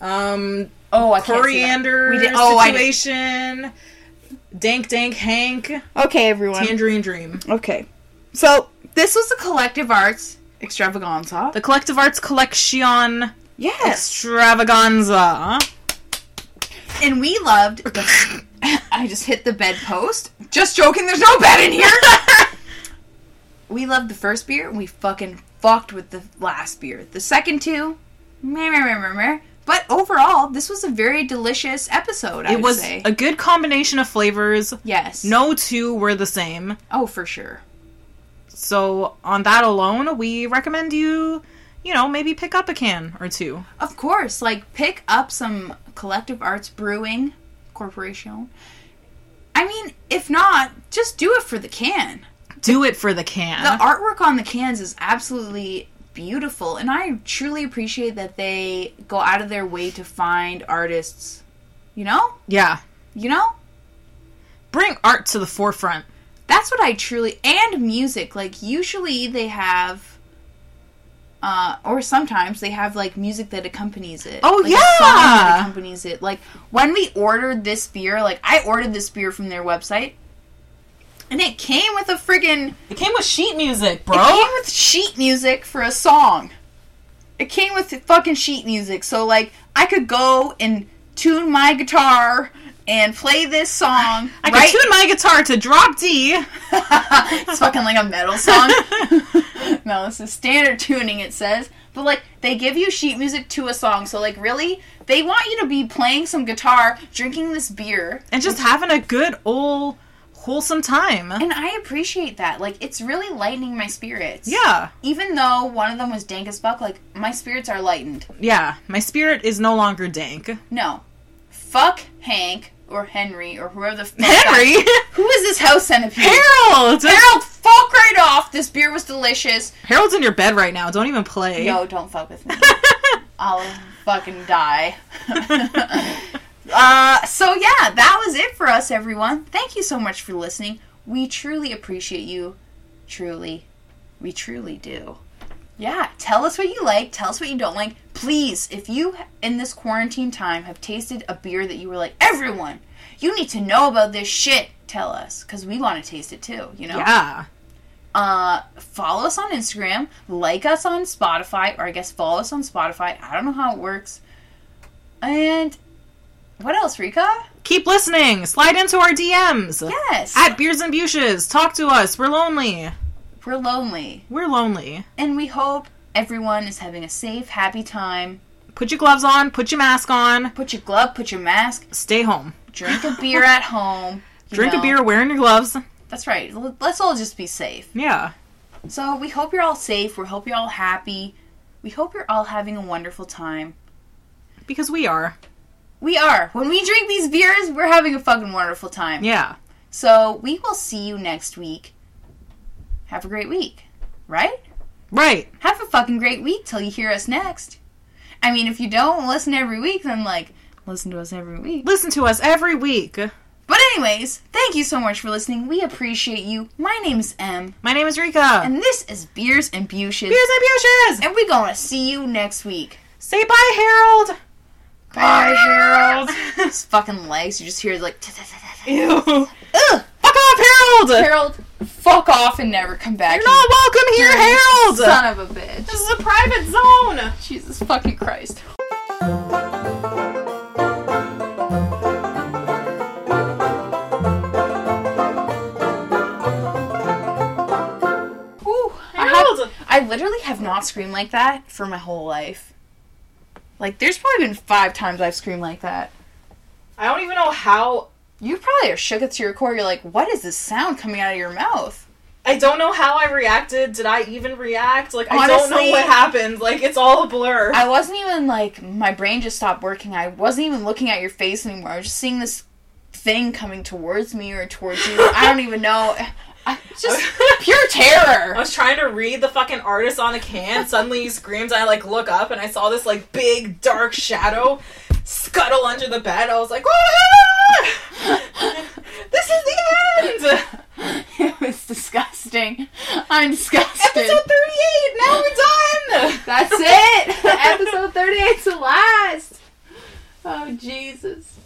Speaker 2: um,
Speaker 3: Oh, I can't see that.
Speaker 2: coriander
Speaker 3: We did- oh, I did- Oh,
Speaker 2: situation. Dank Dank Hank,
Speaker 3: Okay, everyone.
Speaker 2: Tangerine Dream.
Speaker 3: Okay. So this was the collective arts extravaganza.
Speaker 2: The Collective Arts Collection
Speaker 3: yes.
Speaker 2: Extravaganza.
Speaker 3: And we loved the I just hit the bedpost. Just joking, there's no bed in here. we loved the first beer and we fucking fucked with the last beer. The second two, meh, meh, meh, meh, meh. But overall, this was a very delicious episode. I
Speaker 2: It
Speaker 3: would
Speaker 2: was
Speaker 3: say.
Speaker 2: a good combination of flavors.
Speaker 3: yes.
Speaker 2: No two were the same.
Speaker 3: Oh, for sure.
Speaker 2: So on that alone, we recommend you, you know, maybe pick up a can or two.
Speaker 3: Of course, like pick up some Collective Arts Brewing Corporation. I mean, if not, just do it for the can.
Speaker 2: Do it for the
Speaker 3: The
Speaker 2: can.
Speaker 3: artwork on the cans is absolutely beautiful, and I truly appreciate that they go out of their way to find artists. You know?
Speaker 2: yeah.
Speaker 3: You know?
Speaker 2: Bring art to the forefront.
Speaker 3: That's what I truly and music. Like usually they have uh or sometimes they have like music that accompanies it.
Speaker 2: Oh,
Speaker 3: Like, a song that
Speaker 2: yeah!
Speaker 3: accompanies it. Like when we ordered this beer, like I ordered this beer from their website. And it came with a friggin'
Speaker 2: It came with sheet music,
Speaker 3: It came with sheet music for a song. It came with fucking sheet music, so like I could go and tune my guitar and play this song.
Speaker 2: I can
Speaker 3: right?
Speaker 2: tune my guitar to drop D.
Speaker 3: it's fucking like a metal song. no, this is standard tuning, it says. But like, they give you sheet music to a song, so like, really, they want you to be playing some guitar, drinking this beer,
Speaker 2: and just having a good old wholesome time.
Speaker 3: and I appreciate that. Like, it's really lightening my spirits.
Speaker 2: Yeah,
Speaker 3: Even though one of them was dank as fuck, like my spirits are lightened.
Speaker 2: yeah. My spirit is no longer dank.
Speaker 3: No, fuck Hank or Henry or whoever the fuck that-
Speaker 2: Henry,
Speaker 3: Who is this house centipede?
Speaker 2: Harold,
Speaker 3: Harold, fuck right off. This beer was delicious.
Speaker 2: Harold's in your bed right now. Don't even play.
Speaker 3: No, don't fuck with me. I'll fucking die. uh, so yeah, that was it for us, everyone. Thank you so much for listening. We truly appreciate you. Truly, we truly do. Yeah, tell us what you like. Tell us what you don't like. Please, if you in this quarantine time have tasted a beer that you were like, everyone, you need to know about this shit. Tell us, cause we want to taste it too. You know.
Speaker 2: Yeah,
Speaker 3: Uh, follow us on Instagram, like us on Spotify, or I guess follow us on Spotify. I don't know how it works. And what else, Rika?
Speaker 2: keep listening. Slide into our DMs
Speaker 3: Yes,
Speaker 2: at Beards and Buches. Talk to us. We're lonely.
Speaker 3: we're lonely,
Speaker 2: We're lonely.
Speaker 3: and we hope everyone is having a safe, happy time.
Speaker 2: Put your gloves on. Put your mask on.
Speaker 3: Put your glove, put your mask,
Speaker 2: Stay home.
Speaker 3: drink a beer at home. you
Speaker 2: Drink a
Speaker 3: know.
Speaker 2: beer. Wearing your gloves.
Speaker 3: That's right. L- Let's all just be safe.
Speaker 2: Yeah.
Speaker 3: So we hope you're all safe. We hope you're all happy. We hope you're all having a wonderful time.
Speaker 2: Because we are.
Speaker 3: We are. When we drink these beers, we're having a fucking wonderful time.
Speaker 2: Yeah.
Speaker 3: So we will see you next week. Have a great week, right?
Speaker 2: Right.
Speaker 3: Have a fucking great week till you hear us next. I mean, if you don't listen every week, then like, listen to us every week.
Speaker 2: Listen to us every week.
Speaker 3: But, anyways, thank you so much for listening. We appreciate you. My name's Em,
Speaker 2: My name is Rika.
Speaker 3: and this is Beers and Buches.
Speaker 2: Beards and Buches.
Speaker 3: And we're gonna see you next week.
Speaker 2: Say bye, Harold.
Speaker 3: Bye, Harold. His fucking legs, you just hear like,
Speaker 2: Ew.
Speaker 3: ugh,
Speaker 2: Fuck off, Harold!
Speaker 3: Harold, fuck off and never come back.
Speaker 2: You're not welcome here, Harold!
Speaker 3: Son of a bitch.
Speaker 2: This is a private zone!
Speaker 3: Jesus fucking Christ. Whew, I, have,
Speaker 2: Harold!
Speaker 3: I literally have not screamed like that for my whole life. Like, there's probably been five times I've screamed like that.
Speaker 2: I don't even know how.
Speaker 3: You probably are shook it to your core. You're like, what is this sound coming out of your mouth?
Speaker 2: I don't know how I reacted. Did I even react? Like, I don't know
Speaker 3: Honestly-
Speaker 2: what happened. Like, it's all a blur.
Speaker 3: I wasn't even like my brain just stopped working. I wasn't even looking at your face anymore. I was just seeing this thing coming towards me or towards you. I don't even know. I, just pure
Speaker 2: I
Speaker 3: terror.
Speaker 2: was trying to read the fucking artist on the can. Suddenly he screams. I like look up and I saw this like big dark shadow scuttle under the bed. I was like, "Ah!" this is the end.
Speaker 3: It was disgusting. I'm disgusted.
Speaker 2: Episode 38. Now we're done.
Speaker 3: That's it. Episode 38 's the last. Oh Jesus.